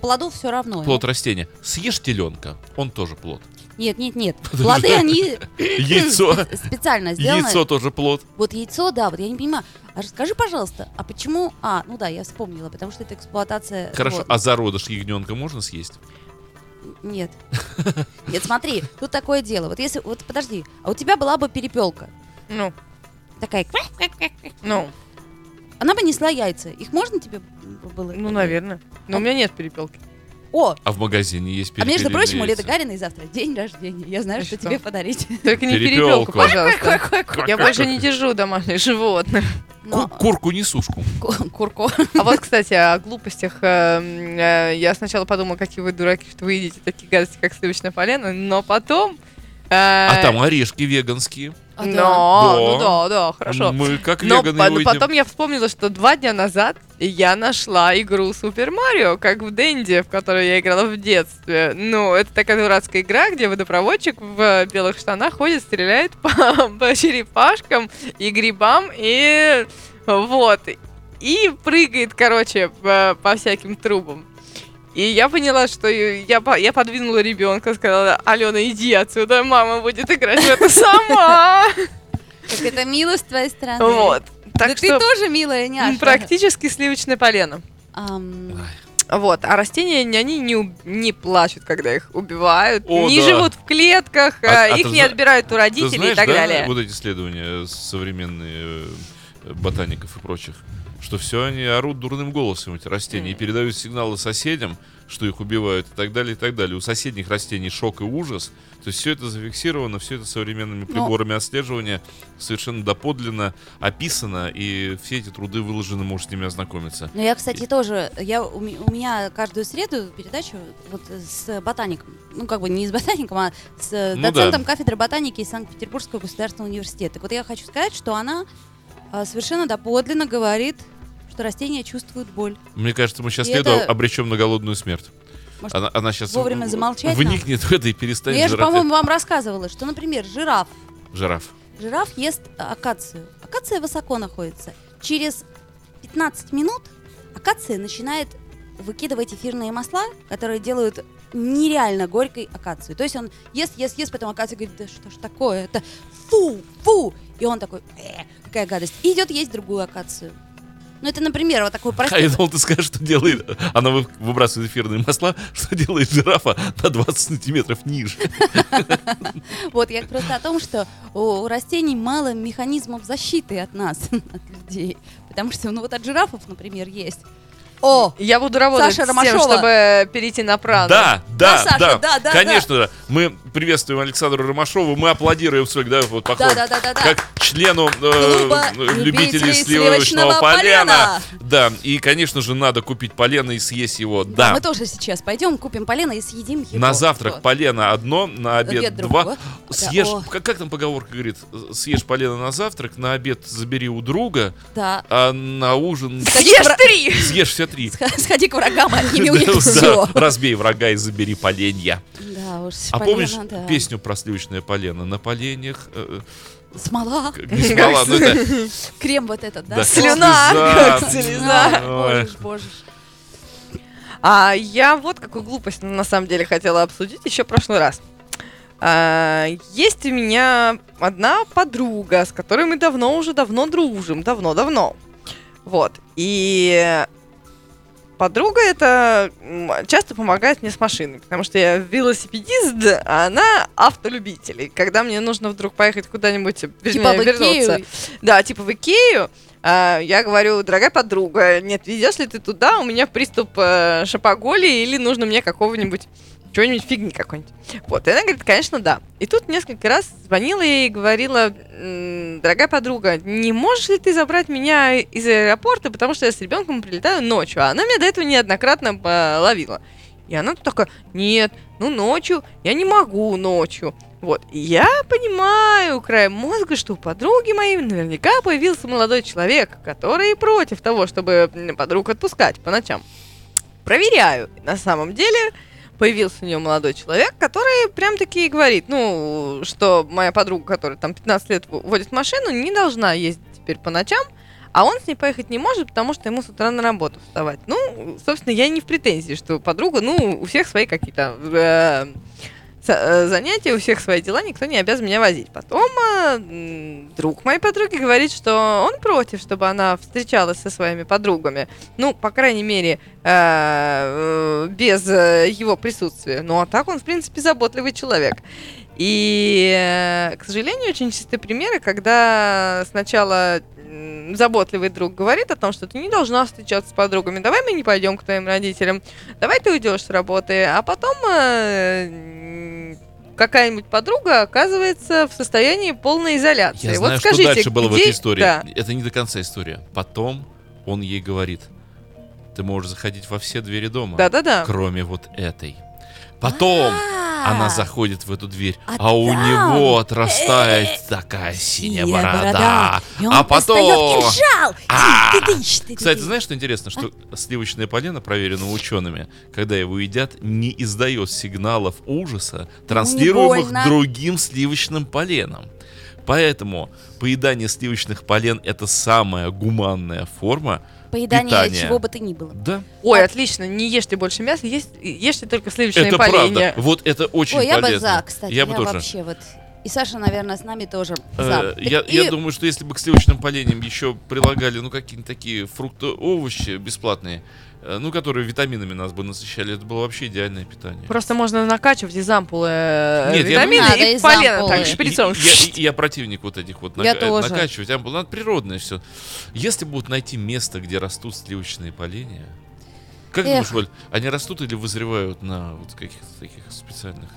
Speaker 4: Плодов все равно.
Speaker 3: Плод растения. Съешь теленка, он тоже плод.
Speaker 4: Нет, нет, нет. Плоды, они
Speaker 3: Яйцо.
Speaker 4: спе- специально сделаны.
Speaker 3: Яйцо тоже плод.
Speaker 4: Вот яйцо, да, вот я не понимаю. А расскажи, пожалуйста, а почему... А, ну да, я вспомнила, потому что это эксплуатация...
Speaker 3: Хорошо,
Speaker 4: животных.
Speaker 3: а зародыш ягненка можно съесть?
Speaker 4: Нет. Нет, смотри, тут такое дело. Вот если... Вот подожди, а у тебя была бы перепелка.
Speaker 5: Ну,
Speaker 4: Такая... квак,
Speaker 5: ну,
Speaker 4: Она бы несла яйца. Их можно тебе б- было?
Speaker 5: ну, наверное. Но у меня нет перепелки.
Speaker 4: О,
Speaker 3: А в магазине есть
Speaker 4: а между
Speaker 3: перепелиные
Speaker 4: прочим, у
Speaker 3: яйца.
Speaker 4: Леды Гариной завтра день рождения. Я знаю,
Speaker 5: А
Speaker 4: что
Speaker 5: что?
Speaker 4: тебе подарить.
Speaker 5: Только не
Speaker 3: Перепелку.
Speaker 5: перепелку, пожалуйста. Я
Speaker 3: Ку-
Speaker 5: больше не держу домашних животных.
Speaker 4: Но-
Speaker 3: Курку несушку.
Speaker 4: Ку- Курко.
Speaker 5: А вот, кстати, о глупостях. э, м, э, Я сначала подумала, какие вы дураки, что вы едите такие гадости, как сливочное полено, но потом... э,
Speaker 3: А там орешки веганские.
Speaker 5: Но,
Speaker 4: А, да.
Speaker 5: ну да, да, хорошо.
Speaker 3: Мы как
Speaker 5: Но
Speaker 3: веганы
Speaker 5: по-
Speaker 3: его едим.
Speaker 5: потом я вспомнила, что два дня назад я нашла игру Супер Марио, как в Денди, в которую я играла в детстве. Ну, это такая дурацкая игра, где водопроводчик в э, белых штанах ходит, стреляет по, по черепашкам и грибам, и вот. И прыгает, короче, по, по всяким трубам. И я поняла, что я, по- я подвинула ребенка, сказала, Алена, иди отсюда, мама будет играть в это сама.
Speaker 4: Как это мило с твоей стороны.
Speaker 5: Вот.
Speaker 4: Да
Speaker 5: Так
Speaker 4: ты
Speaker 5: что
Speaker 4: тоже милая,
Speaker 5: М,
Speaker 4: няша.
Speaker 5: Практически сливочное полено.
Speaker 4: Ам,
Speaker 3: Ай,
Speaker 5: Вот, а растения, не- они не, уб- не плачут, когда их убивают,
Speaker 3: О,
Speaker 5: не
Speaker 3: да.
Speaker 5: живут в клетках,
Speaker 3: А-
Speaker 5: э,
Speaker 3: а
Speaker 5: их
Speaker 3: ты
Speaker 5: не
Speaker 3: зна-
Speaker 5: отбирают у
Speaker 3: Ты
Speaker 5: родителей
Speaker 3: знаешь,
Speaker 5: и так
Speaker 3: да,
Speaker 5: далее.
Speaker 3: вот эти исследования э, современные э, ботаников и прочих, что все они орут дурным голосом, эти растения, и передают сигналы соседям, что их убивают и так далее, и так далее. У соседних растений шок и ужас. То есть все это зафиксировано, все это современными
Speaker 4: Ну,
Speaker 3: приборами отслеживания совершенно доподлинно описано, и все эти труды выложены, можешь с ними ознакомиться.
Speaker 4: Ну, я, кстати, тоже, я, у, ме- у меня каждую среду передачу вот с ботаником, ну, как бы не с ботаником, а с э,
Speaker 3: Ну да.
Speaker 4: доцентом кафедры ботаники из Санкт-Петербургского государственного университета. Так вот я хочу сказать, что она а, совершенно доподлинно говорит, что растения чувствуют боль.
Speaker 3: Мне кажется, мы сейчас
Speaker 4: И
Speaker 3: Леду
Speaker 4: это-
Speaker 3: обречем на голодную смерть.
Speaker 4: Может,
Speaker 3: Она, она сейчас
Speaker 4: вовремя замолчать нам?
Speaker 3: вникнет в это и
Speaker 4: Но
Speaker 3: перестанет
Speaker 4: я же,
Speaker 3: жрать
Speaker 4: по-моему, вам рассказывала, что, например, жираф.
Speaker 3: жираф.
Speaker 4: Жираф ест акацию. Акация высоко находится. Через 15 минут акация начинает выкидывать эфирные масла, которые делают нереально горькой акацию. То есть он ест, ест, ест, потом акация говорит, да что ж такое, это фу, фу. И он такой, «Э, какая гадость. И идет есть другую акацию. Ну это, например, вот такой
Speaker 3: А я
Speaker 4: простой...
Speaker 3: думал, ты скажешь, что делает... Она вы- выбрасывает эфирные масла, что делает жирафа на 20 сантиметров ниже.
Speaker 4: Вот я просто о том, что у у растений мало механизмов защиты от нас, от людей. Потому что, ну вот от жирафов, например, есть. О,
Speaker 5: Я буду работать
Speaker 4: Саша
Speaker 5: с тем,
Speaker 4: Ромашова.
Speaker 5: чтобы перейти на прану.
Speaker 3: Да, да,
Speaker 4: Саша,
Speaker 3: да,
Speaker 4: А, ну, да, да,
Speaker 3: Конечно, да. Мы приветствуем Александру Ромашову, мы аплодируем Сольк, да, вот похлоп.
Speaker 4: да, да, да, да.
Speaker 3: Как члену э,
Speaker 4: Клуба
Speaker 3: любителей
Speaker 4: любителей
Speaker 3: сливочного
Speaker 4: сливочного
Speaker 3: полена.
Speaker 4: полена.
Speaker 3: Да, и, конечно же, надо купить полено и съесть его. Да.
Speaker 4: Мы тоже сейчас пойдем, купим полено и съедим его.
Speaker 3: А. На завтрак
Speaker 4: Вот. Э,
Speaker 3: полено одно, на обед,
Speaker 4: Обед
Speaker 3: два.
Speaker 4: другого.
Speaker 3: Съешь,
Speaker 4: Да, о.
Speaker 3: как, как там поговорка говорит, Э, съешь полено на завтрак, на обед забери у друга,
Speaker 4: Да.
Speaker 3: а на ужин
Speaker 5: Съешь три!
Speaker 3: съешь все три.
Speaker 4: Сх- Сходи к врагам, отними у них
Speaker 3: Да,
Speaker 4: все.
Speaker 3: Разбей врага и забери поленья.
Speaker 4: Да уж,
Speaker 3: А
Speaker 4: полено,
Speaker 3: помнишь
Speaker 4: да.
Speaker 3: песню про сливочное полено? На поленях... э,
Speaker 4: Смола,
Speaker 3: э, не смола, но это-
Speaker 4: крем вот этот, да?
Speaker 3: Да.
Speaker 4: Слез.
Speaker 5: Слюна,
Speaker 3: Слеза.
Speaker 5: как слеза.
Speaker 4: Да,
Speaker 3: Ой.
Speaker 4: Боже ж, боже ж.
Speaker 5: А я вот какую глупость на самом деле хотела обсудить еще в прошлый раз. А, есть у меня одна подруга, с которой мы давно уже давно дружим, давно-давно. Вот. И подруга это м, часто помогает мне с машиной, потому что я велосипедист, а она автолюбитель. И когда мне нужно вдруг поехать куда-нибудь,
Speaker 4: Типа
Speaker 5: вернее,
Speaker 4: в
Speaker 5: вернуться,
Speaker 4: Икею.
Speaker 5: да, типа в Икею. а, Я говорю, дорогая подруга, нет, везешь ли ты туда, у меня приступ э, шопоголии или нужно мне какого-нибудь, чего-нибудь фигни какой-нибудь. Вот, и она говорит, конечно, да. И тут несколько раз звонила ей и говорила, «М, дорогая подруга, не можешь ли ты забрать меня из аэропорта, потому что я с ребенком прилетаю ночью, а она меня до этого неоднократно э, ловила. И она тут такая, нет, ну ночью, я не могу ночью. Вот, и я понимаю краем мозга, что у подруги моей наверняка появился молодой человек, который против того, чтобы м, подруг отпускать по ночам. Проверяю. На самом деле появился у нее молодой человек, который прям таки и говорит, ну, что моя подруга, которая там 15 лет в- водит машину, не должна ездить теперь по ночам, а он с ней поехать не может, потому что ему с утра на работу вставать. Ну, собственно, я не в претензии, что подруга, ну, у всех свои какие-то э, с- э, занятия, у всех свои дела, никто не обязан меня возить. Потом э, м, друг моей подруги говорит, что он против, чтобы она встречалась со своими подругами. Ну, по крайней мере, э, э, без э, его присутствия. Ну, а так он, в принципе, заботливый человек. И, э, к сожалению, очень чистые примеры, когда сначала м, заботливый друг говорит о том, что ты не должна встречаться с подругами, давай мы не пойдем к твоим родителям, давай ты уйдешь с работы, а потом э, м, какая-нибудь подруга оказывается в состоянии полной изоляции.
Speaker 3: Я
Speaker 5: вот
Speaker 3: знаю,
Speaker 5: скажите,
Speaker 3: что дальше было в
Speaker 5: где-
Speaker 3: этой истории.
Speaker 5: Да.
Speaker 3: Это не до конца история. Потом он ей говорит, ты можешь заходить во все двери дома,
Speaker 5: Да-да-да.
Speaker 3: кроме вот этой. Потом
Speaker 4: А,
Speaker 3: она заходит в эту дверь, а,
Speaker 4: А
Speaker 3: у
Speaker 4: там-
Speaker 3: него отрастает такая синяя борода.
Speaker 4: И он
Speaker 3: А
Speaker 4: достает
Speaker 3: потом...
Speaker 4: кинжал. И
Speaker 3: А!
Speaker 4: ты-дыщ, ты-дыщ.
Speaker 3: Кстати, знаешь, что интересно, что
Speaker 4: А?
Speaker 3: сливочное полено, проверено учеными, когда его едят, не издает сигналов ужаса, транслируемых
Speaker 4: больно.
Speaker 3: другим сливочным поленом. Поэтому поедание сливочных полен это самая гуманная форма.
Speaker 4: Поедание
Speaker 3: питание.
Speaker 4: чего бы то ни было.
Speaker 3: Да,
Speaker 5: Ой, отлично, не ешьте больше мяса, ешь, ешьте только сливочные
Speaker 3: это
Speaker 5: поленья.
Speaker 3: правда. Вот это очень
Speaker 4: Ой, я
Speaker 3: полезно.
Speaker 4: бы за, кстати.
Speaker 3: Я бы тоже.
Speaker 4: вообще вот... И Саша, наверное, с нами тоже.
Speaker 3: Э,
Speaker 4: за.
Speaker 3: Я,
Speaker 4: Так, и-
Speaker 3: я думаю, что если бы к сливочным поленям еще прилагали, ну, какие-нибудь такие фрукты, овощи бесплатные, э, ну, которые витаминами нас бы насыщали, это было вообще идеальное питание.
Speaker 5: Просто можно накачивать из ампулы э,
Speaker 3: Нет, я
Speaker 5: витамины
Speaker 4: думаю- Надо
Speaker 5: и
Speaker 4: из
Speaker 5: в полено
Speaker 4: ампулы.
Speaker 5: так
Speaker 4: И-
Speaker 5: шприцом.
Speaker 3: Я, я- я противник вот этих вот
Speaker 4: Я
Speaker 3: нака-
Speaker 4: тоже.
Speaker 3: накачивать ампул. Надо природное все. Если будут найти место, где растут сливочные поленья, как
Speaker 4: Эх.
Speaker 3: думаешь, Валь, они растут или вызревают на вот каких-то таких специальных?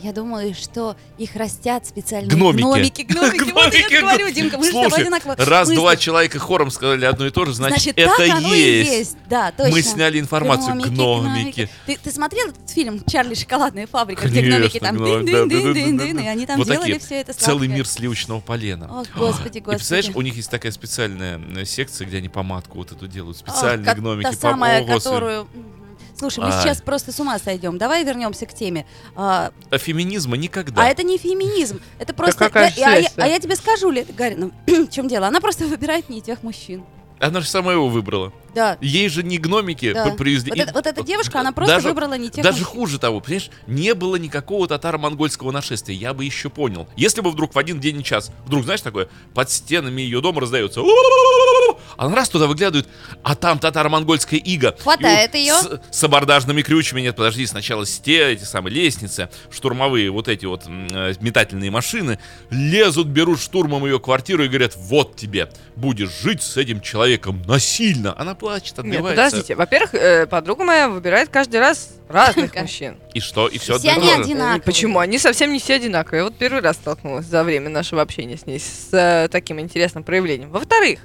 Speaker 4: Я думаю, что их растят специальные
Speaker 3: Гномики.
Speaker 4: гномики. Гномики, Ну, вот я же
Speaker 3: Гномики.
Speaker 4: говорю, Димка, мы же с тобой
Speaker 3: Слушай,
Speaker 4: одинаково.
Speaker 3: раз-два
Speaker 4: мыслим.
Speaker 3: человека хором сказали одно и то же, значит,
Speaker 4: Значит,
Speaker 3: это
Speaker 4: так оно и есть. Да, точно.
Speaker 3: Мы сняли информацию.
Speaker 4: Гномики,
Speaker 3: Гномики.
Speaker 4: Ты, ты смотрел этот фильм «Чарли шоколадная фабрика», где
Speaker 3: Конечно,
Speaker 4: гномики там
Speaker 3: гномик, да,
Speaker 4: дын-дын-дын-дын-дын,
Speaker 3: да,
Speaker 4: и
Speaker 3: да,
Speaker 4: они там
Speaker 3: Вот
Speaker 4: делали
Speaker 3: такие.
Speaker 4: все это
Speaker 3: Целый
Speaker 4: сладкое.
Speaker 3: мир сливочного полена.
Speaker 4: О, господи,
Speaker 3: И
Speaker 4: господи.
Speaker 3: представляешь, у них есть такая специальная э, секция, где они помадку вот эту делают. Специальные
Speaker 4: Ах, ко-
Speaker 3: гномики.
Speaker 4: Та
Speaker 3: пом-
Speaker 4: самая,
Speaker 3: О, господи. А.
Speaker 4: которую... Мгм. Слушай, мы
Speaker 3: Ай.
Speaker 4: сейчас просто с ума сойдем. Давай вернемся к теме. А,
Speaker 3: А феминизма никогда.
Speaker 4: а это не феминизм. Это просто...
Speaker 5: какая
Speaker 4: Я- а, я,
Speaker 5: связь-то?
Speaker 4: а я тебе скажу, Лет, Гарри, ну, в чем дело? Она просто выбирает не тех мужчин.
Speaker 3: Она же сама его выбрала.
Speaker 4: Да.
Speaker 3: Ей же не гномики Э,
Speaker 4: Да.
Speaker 3: при- привезли.
Speaker 4: Вот,
Speaker 3: И
Speaker 4: это- вот эта девушка, она просто
Speaker 3: даже-
Speaker 4: выбрала не тех
Speaker 3: Даже
Speaker 4: мужчин.
Speaker 3: хуже того, понимаешь, не было никакого татаро-монгольского нашествия, я бы еще понял. Если бы вдруг в один день и час, вдруг, знаешь, такое, под стенами ее дома раздается «У-у-у-у-у-у-у». она раз туда выглядывает, а там татаро-монгольская ига.
Speaker 4: Хватает
Speaker 3: И у-
Speaker 4: ее.
Speaker 3: С, с абордажными крючами, нет, подожди, сначала сте, эти самые лестницы, штурмовые вот эти вот м, э, метательные машины, лезут, берут штурмом ее квартиру и говорят, вот тебе, будешь жить с этим человеком насильно. Она плачет,
Speaker 5: Нет,
Speaker 3: отбивается.
Speaker 5: подождите. Во-первых, э, подруга моя выбирает каждый раз разных
Speaker 4: Ка-
Speaker 5: мужчин. Э,
Speaker 3: И что? И все, одно и
Speaker 4: Все они
Speaker 3: то же.
Speaker 4: одинаковые.
Speaker 5: Почему? Они совсем не все одинаковые. Я вот первый раз столкнулась за время нашего общения с ней с э, таким интересным проявлением. Во-вторых,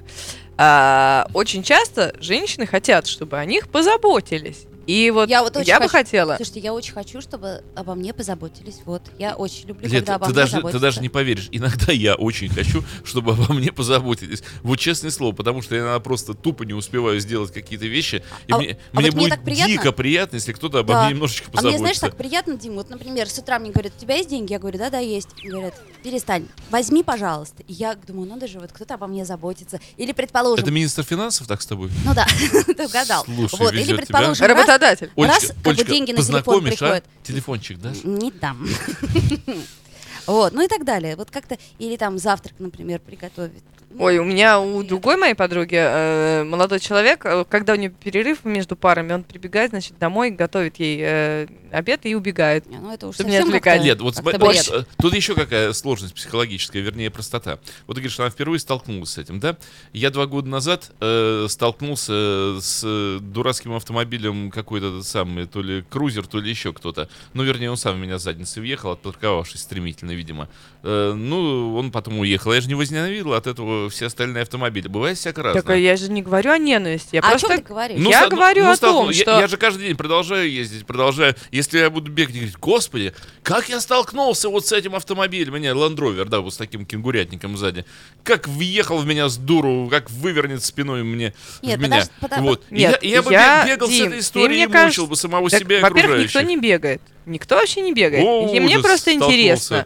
Speaker 5: а, очень часто женщины хотят, чтобы о них позаботились. И вот я,
Speaker 4: Я вот очень
Speaker 5: бы
Speaker 4: хочу-
Speaker 5: хотела.
Speaker 4: Слушайте, я очень хочу, чтобы обо мне позаботились. Вот, я очень люблю,
Speaker 3: Лет,
Speaker 4: когда обо
Speaker 3: ты,
Speaker 4: мне
Speaker 3: даже, ты
Speaker 4: заботятся.
Speaker 3: даже не поверишь. Иногда я очень хочу, чтобы обо мне позаботились. Вот честное слово, потому что я иногда просто тупо не успеваю сделать какие-то вещи. И
Speaker 4: А-
Speaker 3: мне,
Speaker 4: а
Speaker 3: мне
Speaker 4: вот мне
Speaker 3: будет
Speaker 4: так приятно.
Speaker 3: дико приятно, если кто-то обо
Speaker 4: Да.
Speaker 3: мне немножечко
Speaker 4: А мне,
Speaker 3: позаботится.
Speaker 4: знаешь, так приятно, Дим, вот, например, с утра мне говорят, у тебя есть деньги? Я говорю, да, да, есть. Мне Говорят, перестань, возьми, пожалуйста. И я думаю, надо же, вот кто-то обо мне заботится. Или, предположим,
Speaker 3: Это министр финансов так с тобой?
Speaker 4: ну да, ты угадал.
Speaker 3: Слушай,
Speaker 4: вот, или,
Speaker 3: везёт
Speaker 4: предположим, раз,
Speaker 5: Работодатель.
Speaker 4: Раз, как бы деньги на телефон
Speaker 3: познакомишь, а?
Speaker 4: приходят.
Speaker 3: Телефончик, да?
Speaker 4: не там. Вот, ну и так далее. Вот как-то, или там завтрак, например, приготовить. Ну,
Speaker 5: Ой, у меня у
Speaker 4: Привет.
Speaker 5: другой моей подруги э, молодой человек, э, когда у нее перерыв между парами, он прибегает, значит, домой, готовит ей э, обед и убегает.
Speaker 4: не, ну это уж
Speaker 5: Ты меня
Speaker 4: совсем
Speaker 5: отвлекаешь.
Speaker 4: как-то-
Speaker 3: Лет, вот
Speaker 4: как-то
Speaker 3: см-
Speaker 4: бред.
Speaker 3: вот, э, тут еще какая сложность психологическая, вернее, простота. Вот ты говоришь, она впервые столкнулась с этим, да? Я два года назад э, столкнулся с э, дурацким автомобилем какой-то этот самый, то ли крузер, то ли еще кто-то. Ну, вернее, он сам в меня с задницы въехал, отпарковавшись стремительно, видимо. Э, ну, он потом уехал. Я же не возненавидел а от этого все остальные автомобили. Бывает всяко разное.
Speaker 5: Так а я же не говорю о ненависти, я
Speaker 4: А о
Speaker 5: просто
Speaker 4: чем ты говоришь?
Speaker 5: Ну, Я
Speaker 3: ста-
Speaker 5: говорю о
Speaker 3: столкну-
Speaker 5: том,
Speaker 3: я-
Speaker 5: что-
Speaker 3: Я, же каждый день продолжаю ездить, продолжаю. Если я буду бегать и говорить, господи, как я столкнулся вот с этим автомобилем. У меня Land Rover, да, вот с таким кенгурятником сзади. Как въехал в меня с дуру, как вывернет спиной мне
Speaker 4: Нет,
Speaker 3: в меня.
Speaker 4: подож- подо-
Speaker 3: вот. И
Speaker 5: Нет,
Speaker 3: я, я бы
Speaker 5: я-
Speaker 3: бе- бегал с
Speaker 5: Дим,
Speaker 3: этой
Speaker 5: ты
Speaker 3: историей
Speaker 5: мне
Speaker 3: и
Speaker 5: кажется-
Speaker 3: мучил бы самого
Speaker 5: Так,
Speaker 3: себя и
Speaker 5: Во-первых, никто
Speaker 3: окружающих.
Speaker 5: не бегает. Никто вообще не бегает.
Speaker 3: О,
Speaker 5: и мне
Speaker 3: ужас,
Speaker 5: просто
Speaker 3: столкнулся
Speaker 5: интересно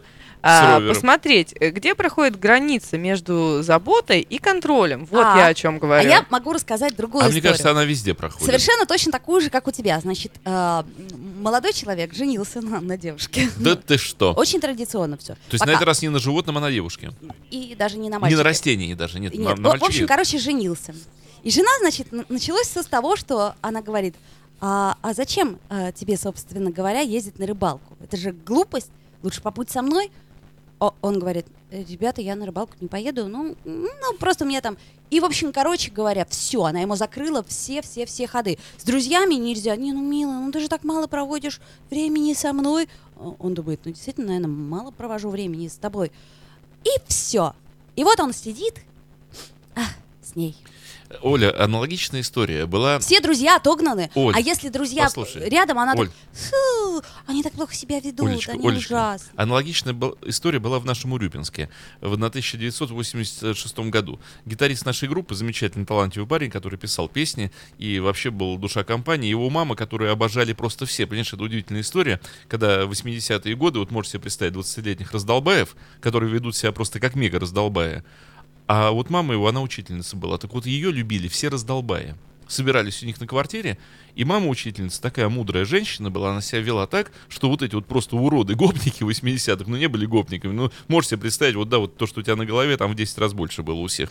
Speaker 3: с
Speaker 5: а,
Speaker 3: ровером.
Speaker 5: посмотреть, э, где проходит граница между заботой и контролем. Вот
Speaker 4: А,
Speaker 5: я о чем
Speaker 4: А
Speaker 5: говорю.
Speaker 4: я могу рассказать
Speaker 3: А
Speaker 4: другую
Speaker 3: мне
Speaker 4: историю.
Speaker 3: кажется, она везде проходит.
Speaker 4: Совершенно точно такую же, как у тебя. Значит, э, молодой человек женился на, на девушке.
Speaker 3: Да ты что?
Speaker 4: Очень традиционно все.
Speaker 3: То есть на этот раз не на животном, а на девушке.
Speaker 4: И даже не на
Speaker 3: Не
Speaker 4: мальчике.
Speaker 3: на растении даже, нет, на,
Speaker 4: Нет,
Speaker 3: на
Speaker 4: в, в общем,
Speaker 3: мальчике.
Speaker 4: короче, женился. И жена, значит, н- началось все с того, что она говорит, а, а зачем э, тебе, собственно говоря, ездить на рыбалку? Это же глупость, лучше побудь со мной. О- он говорит, «Э, ребята, я на рыбалку не поеду, ну, м, ну, просто мне там... И, в общем, короче говоря, все, она ему закрыла все-все-все ходы. С друзьями нельзя, не, ну, милая, ну, ты же так мало проводишь времени со мной. О- Он думает, ну, действительно, наверное, мало провожу времени с тобой. И все. И вот он сидит а, с ней.
Speaker 3: Оля, аналогичная история была.
Speaker 4: Все друзья отогнаны.
Speaker 3: Оль,
Speaker 4: а если друзья
Speaker 3: послушай.
Speaker 4: рядом, она
Speaker 3: Оль.
Speaker 4: так, «Фу, они так плохо себя ведут,
Speaker 3: Олечка,
Speaker 4: они
Speaker 3: Олечка, ну,
Speaker 4: ужасны.
Speaker 3: Аналогичная бу- история была в нашем Урюпинске в на 1986 году. Гитарист нашей группы, замечательный талантливый парень, который писал песни и вообще был душа компании. Его мама, которую обожали просто все. Понимаешь, это удивительная история, когда в 80-е годы, вот можете себе представить 20-летних раздолбаев, которые ведут себя просто как мега раздолбая. А вот мама его, она учительница была. Так вот, ее любили все раздолбая. собирались у них на квартире, и мама учительница, такая мудрая женщина была, она себя вела так, что вот эти вот просто уроды, гопники 80-х, ну не были гопниками, ну можете себе представить, вот да, вот то, что у тебя на голове, там в 10 раз больше было у всех,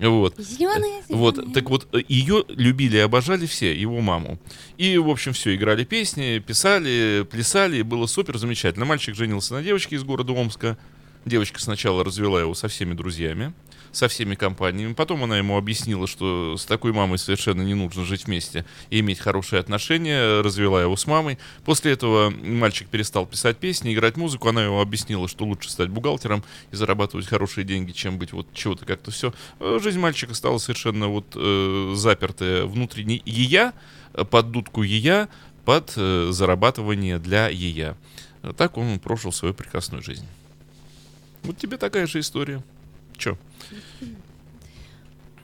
Speaker 3: вот.
Speaker 4: Зеленые,
Speaker 3: Вот, так вот, э, ее любили и обожали все, его маму. И, в общем, все, играли песни, писали, плясали, и было супер замечательно. Мальчик женился на девочке из города Омска. Девочка сначала развела его со всеми друзьями, со всеми компаниями. Потом она ему объяснила, что с такой мамой совершенно не нужно ну, жить вместе и иметь хорошие отношения. Развела его с мамой. После этого мальчик перестал писать песни, играть музыку. Она ему объяснила, что лучше стать бухгалтером и зарабатывать хорошие деньги, чем быть вот чего-то как-то все. Жизнь мальчика стала совершенно вот э, запертая внутренней ея, э, под дудку ея, под э, зарабатывание для ея. Э, Так он прожил свою прекрасную жизнь. Вот тебе такая же история. Че?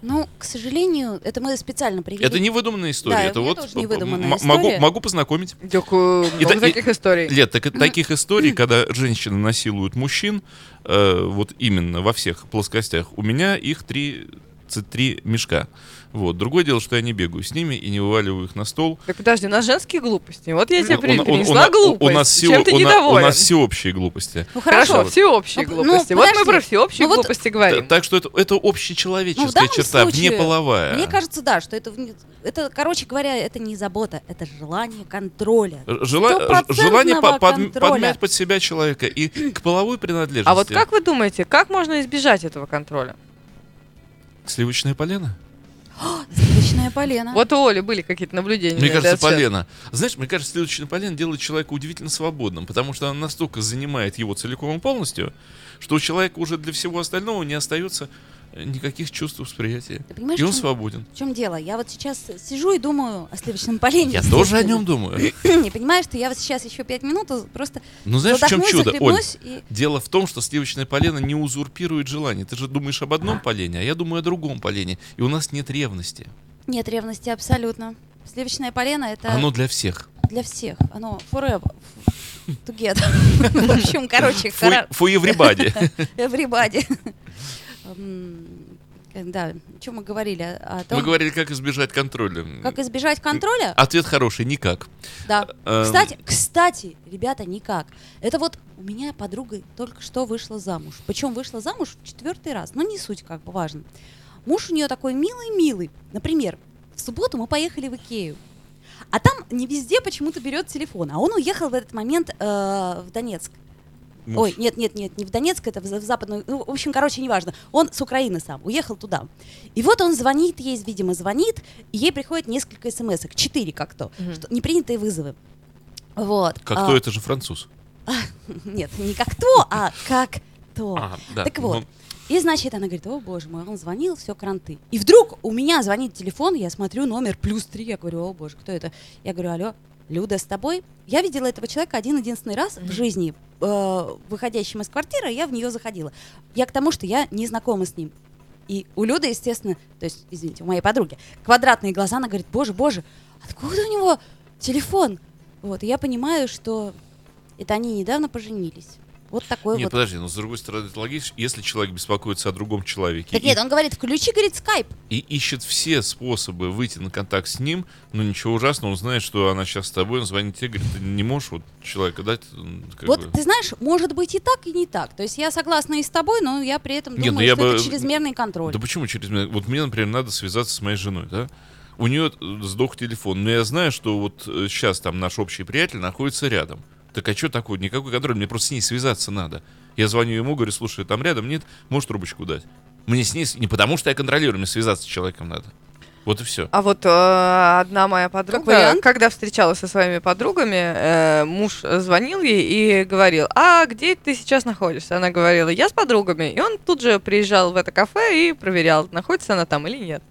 Speaker 4: Ну, к сожалению, это мы специально привели.
Speaker 3: Это не выдуманная история.
Speaker 4: Да,
Speaker 3: это
Speaker 4: у меня
Speaker 3: вот
Speaker 4: тоже не
Speaker 3: м-
Speaker 4: выдуманная
Speaker 3: м- могу,
Speaker 4: история.
Speaker 3: могу познакомить. И
Speaker 5: много
Speaker 3: та- и-
Speaker 5: таких историй.
Speaker 3: Лет, так, таких историй, когда женщины насилуют мужчин, э, вот именно во всех плоскостях, у меня их 33 мешка. Вот. Другое дело, что я не бегаю с ними и не вываливаю их на стол.
Speaker 5: Так подожди, у нас женские глупости. Вот я тебе
Speaker 3: У- у- у-
Speaker 5: принесла
Speaker 3: у- у- у
Speaker 5: глупость.
Speaker 3: нас всео-
Speaker 5: Чем ты
Speaker 3: у на- у
Speaker 5: недоволен?
Speaker 3: нас всеобщие глупости.
Speaker 4: Ну, хорошо.
Speaker 5: Хорошо,
Speaker 3: вот.
Speaker 5: всеобщие
Speaker 4: Ну,
Speaker 5: глупости. Вот мы
Speaker 4: подожди.
Speaker 5: про всеобщие
Speaker 4: Ну, вот-
Speaker 5: глупости говорим.
Speaker 3: Т- Так что это, это
Speaker 4: Ну, в
Speaker 3: общечеловеческая
Speaker 4: данном
Speaker 3: черта,
Speaker 4: случае,
Speaker 3: внеполовая.
Speaker 4: Мне кажется, да, что это, вне- это, короче говоря, это не забота, это желание контроля.
Speaker 3: Ж- жела-
Speaker 4: стопроцентного
Speaker 3: желание по- под-
Speaker 4: контроля.
Speaker 3: подмять под себя человека и к половой принадлежности.
Speaker 5: А вот как вы думаете, как можно избежать этого контроля?
Speaker 3: Сливочное полено?
Speaker 4: Сливочное полено.
Speaker 5: Вот у Оли были какие-то наблюдения.
Speaker 3: Мне
Speaker 5: на
Speaker 3: кажется,
Speaker 5: этот счет.
Speaker 3: полено. Знаешь, мне кажется, следующее полено делает человека удивительно свободным, потому что она настолько занимает его целиком и полностью, что у человека уже для всего остального не остается э, никаких чувств восприятия.
Speaker 4: Ты понимаешь,
Speaker 3: И он
Speaker 4: в чем-
Speaker 3: свободен.
Speaker 4: В чем дело? Я вот сейчас сижу и думаю о сливочном полене.
Speaker 3: Я тоже о
Speaker 4: естественно.
Speaker 3: нем думаю.
Speaker 4: Не понимаешь, что я вот сейчас еще пять минут просто
Speaker 3: Ну знаешь, в чем
Speaker 4: задохнусь,
Speaker 3: чудо, Оль?
Speaker 4: захлебнусь и...
Speaker 3: Дело в том, что сливочное полено не узурпирует желание. Ты же думаешь об одном полене, а я думаю о другом полене. И у нас нет ревности.
Speaker 4: Нет ревности абсолютно. Сливочное полено это
Speaker 3: Оно для всех.
Speaker 4: для всех. Оно forever. Together. В общем, короче,
Speaker 3: For,
Speaker 4: хоро-
Speaker 3: for everybody.
Speaker 4: everybody. М, Да, что мы говорили? О о
Speaker 3: Мы
Speaker 4: том,
Speaker 3: говорили, как избежать контроля.
Speaker 4: как избежать контроля?
Speaker 3: Ответ хороший, никак.
Speaker 4: Да.
Speaker 3: Эм.
Speaker 4: Кстати, кстати, ребята, никак. Это вот у меня подруга только что вышла замуж. Причем вышла замуж в четвертый раз. Ну, не суть, как бы важно. Муж у нее такой милый-милый. Например, в субботу мы поехали в Икею. А там не везде почему-то берет телефон. А он уехал в этот момент э, в Донецк.
Speaker 3: Муж.
Speaker 4: Ой, нет, нет, нет, не в Донецк, это в, за- в западную. Ну, в общем, короче, неважно. Он с Украины сам, уехал туда. И вот он звонит ей, видимо, звонит, и ей приходит несколько смс четыре как-то,
Speaker 5: Мгм.
Speaker 4: что- непринятые вызовы. Вот.
Speaker 3: Как
Speaker 4: а,
Speaker 3: то это же француз.
Speaker 4: Нет, не как то, а как то.
Speaker 3: А, да.
Speaker 4: Так вот.
Speaker 3: Ну,
Speaker 4: И, значит, она говорит, о, боже мой, он звонил, все, кранты. И вдруг у меня звонит телефон, я смотрю номер плюс три, я говорю, о, боже, кто это? Я говорю, алло, Люда, с тобой? Я видела этого человека один-единственный раз в
Speaker 5: Мгм.
Speaker 4: жизни, э, выходящим из квартиры, я в нее заходила. Я к тому, что я не знакома с ним. И у Люды, естественно, то есть, извините, у моей подруги, квадратные глаза, она говорит, боже, боже, откуда у него телефон? Вот, и я понимаю, что это они недавно поженились. Вот такой
Speaker 3: Нет,
Speaker 4: вот
Speaker 3: подожди, но с другой стороны, это логично, если человек беспокоится о другом человеке
Speaker 4: Так
Speaker 3: и,
Speaker 4: нет, он говорит, включи, говорит, скайп.
Speaker 3: и ищет все способы выйти на контакт с ним, но ничего ужасного, он знает, что она сейчас с тобой, он звонит тебе, говорит, ты не можешь вот человека дать. м, как
Speaker 4: вот
Speaker 3: бы».
Speaker 4: ты знаешь, может быть и так, и не так. То есть я согласна и с тобой, но я при этом
Speaker 3: Нет,
Speaker 4: думаю,
Speaker 3: ну я
Speaker 4: что
Speaker 3: бы-
Speaker 4: это чрезмерный контроль.
Speaker 3: Да почему через меня? Вот мне, например, надо связаться с моей женой, да? У нее э, сдох телефон, но я знаю, что вот сейчас там наш общий приятель находится рядом. Так а что такое? Никакой контроль, мне просто с ней связаться надо. Я звоню ему, говорю, слушай, там рядом нет, можешь трубочку дать? Мне с ней, с- не потому что я контролирую, мне связаться с человеком надо. Вот и все.
Speaker 5: А вот э, одна моя подруга,
Speaker 4: вариант?
Speaker 5: когда встречалась со своими подругами, э, муж звонил ей и говорил, а где ты сейчас находишься? Она говорила, я с подругами. И он тут же приезжал в это кафе и проверял, находится она там или нет.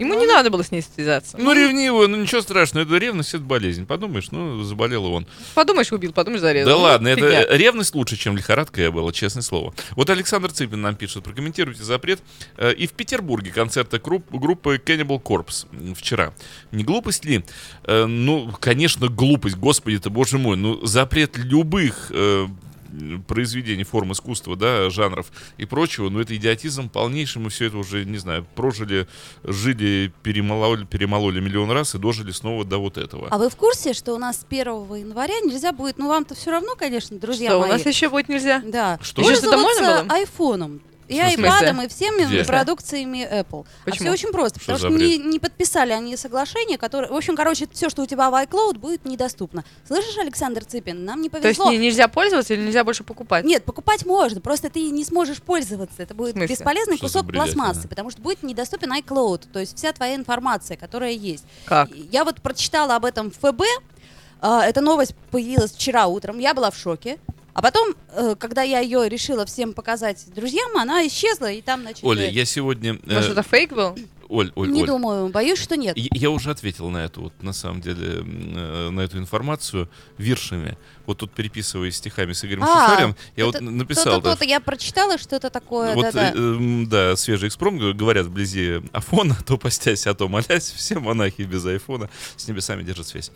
Speaker 5: Ему не надо было с ней связаться.
Speaker 3: Ну, ревнивую, ну ничего страшного, это ревность, это болезнь. Подумаешь, ну, заболел он.
Speaker 5: Подумаешь, убил, подумаешь, зарезал.
Speaker 3: Да
Speaker 5: Ну,
Speaker 3: ладно, это
Speaker 5: фигня.
Speaker 3: э, ревность лучше, чем лихорадка я была, честное слово. Вот Александр Цыпин нам пишет, прокомментируйте запрет. Э, И в Петербурге концерта круп- группы Cannibal Corpse м, вчера. Не глупость ли? Э, Ну, конечно, глупость, господи ты, боже мой. Ну, запрет любых э, м, произведений, форм искусства, да, жанров и прочего, но это идиотизм полнейший, мы все это уже, не знаю, прожили, жили, перемололи, перемололи миллион раз и дожили снова до вот этого.
Speaker 4: А вы в курсе, что у нас с 1 января нельзя будет, ну вам-то все равно, конечно, друзья
Speaker 5: Что, у
Speaker 4: мои.
Speaker 5: нас еще будет нельзя?
Speaker 4: Да.
Speaker 3: Что?
Speaker 5: Ещё что-то можно
Speaker 4: Пользоваться
Speaker 5: было?
Speaker 4: айфоном. И
Speaker 3: В смысле?
Speaker 4: айпадом, и всеми
Speaker 3: Где?
Speaker 4: продукциями Apple. А
Speaker 5: Почему?
Speaker 4: все очень просто,
Speaker 3: Что
Speaker 4: потому
Speaker 3: за
Speaker 4: что не, не подписали они соглашение, которое... В общем, короче, все, что у тебя в iCloud, будет недоступно. Слышишь, Александр Цыпин, нам не
Speaker 5: То есть
Speaker 4: повезло.
Speaker 5: не- нельзя пользоваться или нельзя больше покупать?
Speaker 4: Нет, покупать можно, просто ты не сможешь пользоваться. Это будет
Speaker 5: В смысле?
Speaker 4: бесполезный
Speaker 3: Что за
Speaker 4: кусок
Speaker 3: бредятина?
Speaker 4: пластмассы, потому что будет недоступен iCloud, то есть вся твоя информация, которая есть.
Speaker 5: Как?
Speaker 4: И Я вот прочитала об этом в ФБ, а, эта новость появилась вчера утром, я была в шоке. А потом, э, когда я ее решила всем показать друзьям, она исчезла, и там начали...
Speaker 3: Оля, я сегодня... э,
Speaker 5: Может, это фейк был?
Speaker 3: Оль, Оль,
Speaker 4: Не
Speaker 3: Оль.
Speaker 4: думаю, боюсь, что нет.
Speaker 3: Я я уже ответил на эту, вот, на самом деле, м, э, на эту информацию виршами. Вот тут переписываясь стихами с Игорем
Speaker 4: А,
Speaker 3: Шушарем, я вот
Speaker 4: Это
Speaker 3: н- написал.
Speaker 4: То-то, то-то я прочитала что-то такое,
Speaker 3: вот,
Speaker 4: да-да.
Speaker 3: э, эм, да, свежий экспромт, г- говорят вблизи Афона, то постясь, а то молясь, все монахи без айфона с небесами держат связь.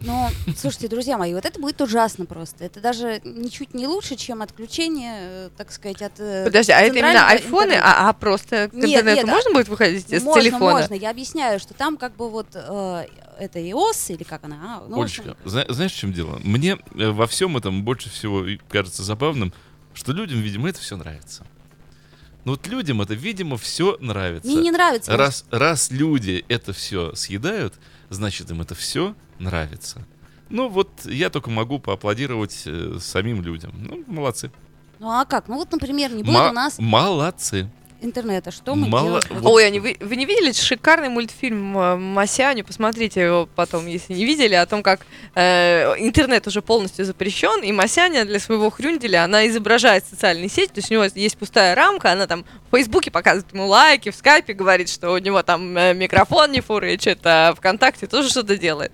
Speaker 4: Но, слушайте, друзья мои, вот это будет ужасно просто. Это даже ничуть не лучше, чем отключение, э, так сказать, от... э,
Speaker 5: Подожди, а это именно
Speaker 4: центрального
Speaker 5: айфоны,
Speaker 4: интернета.
Speaker 5: а, а просто к
Speaker 4: Нет,
Speaker 5: интернету
Speaker 4: нет, а
Speaker 5: можно будет выходить с
Speaker 4: можно,
Speaker 5: телефона?
Speaker 4: можно. Я объясняю, что там как бы вот э, это iOS или как она? А, ну, в общем,
Speaker 3: Олечка, зна- знаешь, в чем дело? Мне э, во всем этом больше всего и кажется забавным, что людям, видимо, это все нравится. Ну вот людям это, видимо, все нравится.
Speaker 4: Мне не нравится.
Speaker 3: Раз, раз люди это все съедают, значит им это все нравится. Ну вот я только могу поаплодировать э, самим людям. Ну, молодцы.
Speaker 4: Ну а как? Ну вот, например, не будет
Speaker 3: Ма-
Speaker 4: у нас
Speaker 3: Молодцы.
Speaker 4: интернета. Что мы
Speaker 3: мало-
Speaker 4: делаем?
Speaker 3: Вот.
Speaker 5: Ой, а не вы, вы не видели шикарный мультфильм э, «Масяню»? Посмотрите его потом, если не видели, о том, как э, интернет уже полностью запрещен, и Масяня для своего хрюнделя, она изображает социальные сети, то есть у него есть пустая рамка, она там в Фейсбуке показывает ему лайки, в Скайпе говорит, что у него там э, микрофон не фуры, что-то ВКонтакте тоже что-то делает.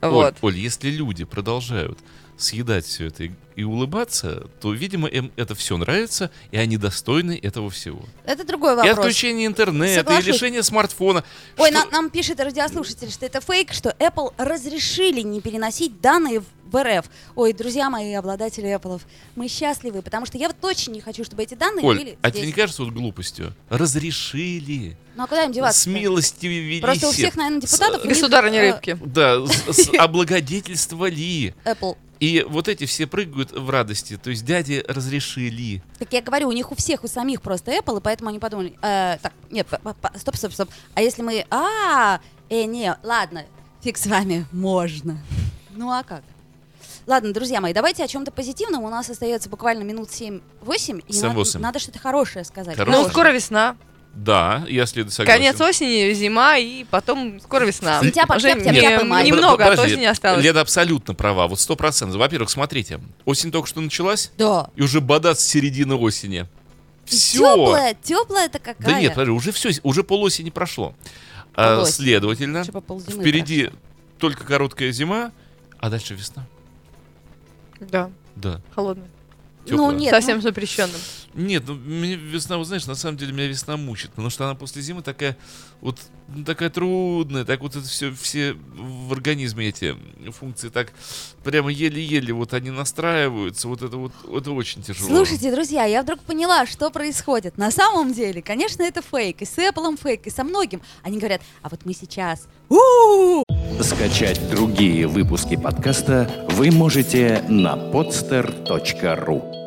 Speaker 5: Вот.
Speaker 3: Оль, Оль, если люди продолжают съедать все это и, и улыбаться, то, видимо, им это все нравится, и они достойны этого всего.
Speaker 4: Это другой
Speaker 3: И
Speaker 4: вопрос.
Speaker 3: отключение интернета,
Speaker 4: Соглашусь.
Speaker 3: и лишение смартфона.
Speaker 4: Ой,
Speaker 3: Что-
Speaker 4: на- нам пишет радиослушатель, что это фейк, что Apple разрешили не переносить данные в БРФ. Ой, друзья мои, обладатели Apple, мы счастливы, потому что я вот очень не хочу, чтобы эти данные
Speaker 3: Оль,
Speaker 4: были
Speaker 3: а тебе
Speaker 4: Ну, здесь.
Speaker 3: не кажется вот глупостью? Разрешили.
Speaker 4: Ну а куда им деваться?
Speaker 3: С милостью вели
Speaker 4: Просто у
Speaker 3: всех.
Speaker 4: всех, наверное, депутатов...
Speaker 3: С-
Speaker 4: не-
Speaker 5: Государыня
Speaker 4: э,
Speaker 5: рыбки.
Speaker 3: Да, с- с- облагодетельствовали.
Speaker 4: Apple.
Speaker 3: И вот эти все прыгают в радости. То есть дяди разрешили.
Speaker 4: Так я говорю, у них у всех у самих просто Apple, и поэтому они подумали, э, так, нет, по- по- по- стоп, стоп, стоп. А если мы, а, э, не, ладно, фиг с вами, можно. Ну а как? Ладно, друзья мои, давайте о чем-то позитивном. У нас остается буквально минут 7-8, и
Speaker 3: Семь,
Speaker 4: надо,
Speaker 3: восемь.
Speaker 4: надо что-то хорошее сказать.
Speaker 3: Хорошее.
Speaker 5: Ну, скоро весна.
Speaker 3: Да, я следую согласен.
Speaker 5: Конец осени, зима, и потом скоро весна.
Speaker 4: Сентябрь,
Speaker 5: Уже
Speaker 4: октябрь,
Speaker 5: не-
Speaker 4: октябрь, май.
Speaker 5: немного, а то
Speaker 3: Подожди,
Speaker 5: осени осталось.
Speaker 3: Леда абсолютно права, вот сто процентов. Во-первых, смотрите, осень только что началась,
Speaker 4: Да.
Speaker 3: и уже бодат с середины осени. Все.
Speaker 4: Теплая, теплая-то какая.
Speaker 3: Да нет, подожди, уже все, уже полосени прошло. А,
Speaker 4: Полосень.
Speaker 3: следовательно,
Speaker 4: Еще по ползимы
Speaker 3: впереди только короткая зима, а дальше весна.
Speaker 5: Да,
Speaker 3: Да.
Speaker 5: холодно.
Speaker 4: Ну
Speaker 3: теплая.
Speaker 4: нет,
Speaker 5: Совсем
Speaker 4: ну,
Speaker 5: запрещенным.
Speaker 3: Нет, ну мне весна, вот знаешь, на самом деле меня весна мучит, потому что она после зимы такая вот ну, такая трудная, так вот это все, все в организме эти функции так прямо еле-еле вот они настраиваются, вот это вот это очень тяжело.
Speaker 4: Слушайте, друзья, я вдруг поняла, что происходит. На самом деле, конечно, это фейк. И с Apple фейк, и со многим. Они говорят, а вот мы сейчас... у
Speaker 1: Скачать другие выпуски подкаста вы можете на podster.ru.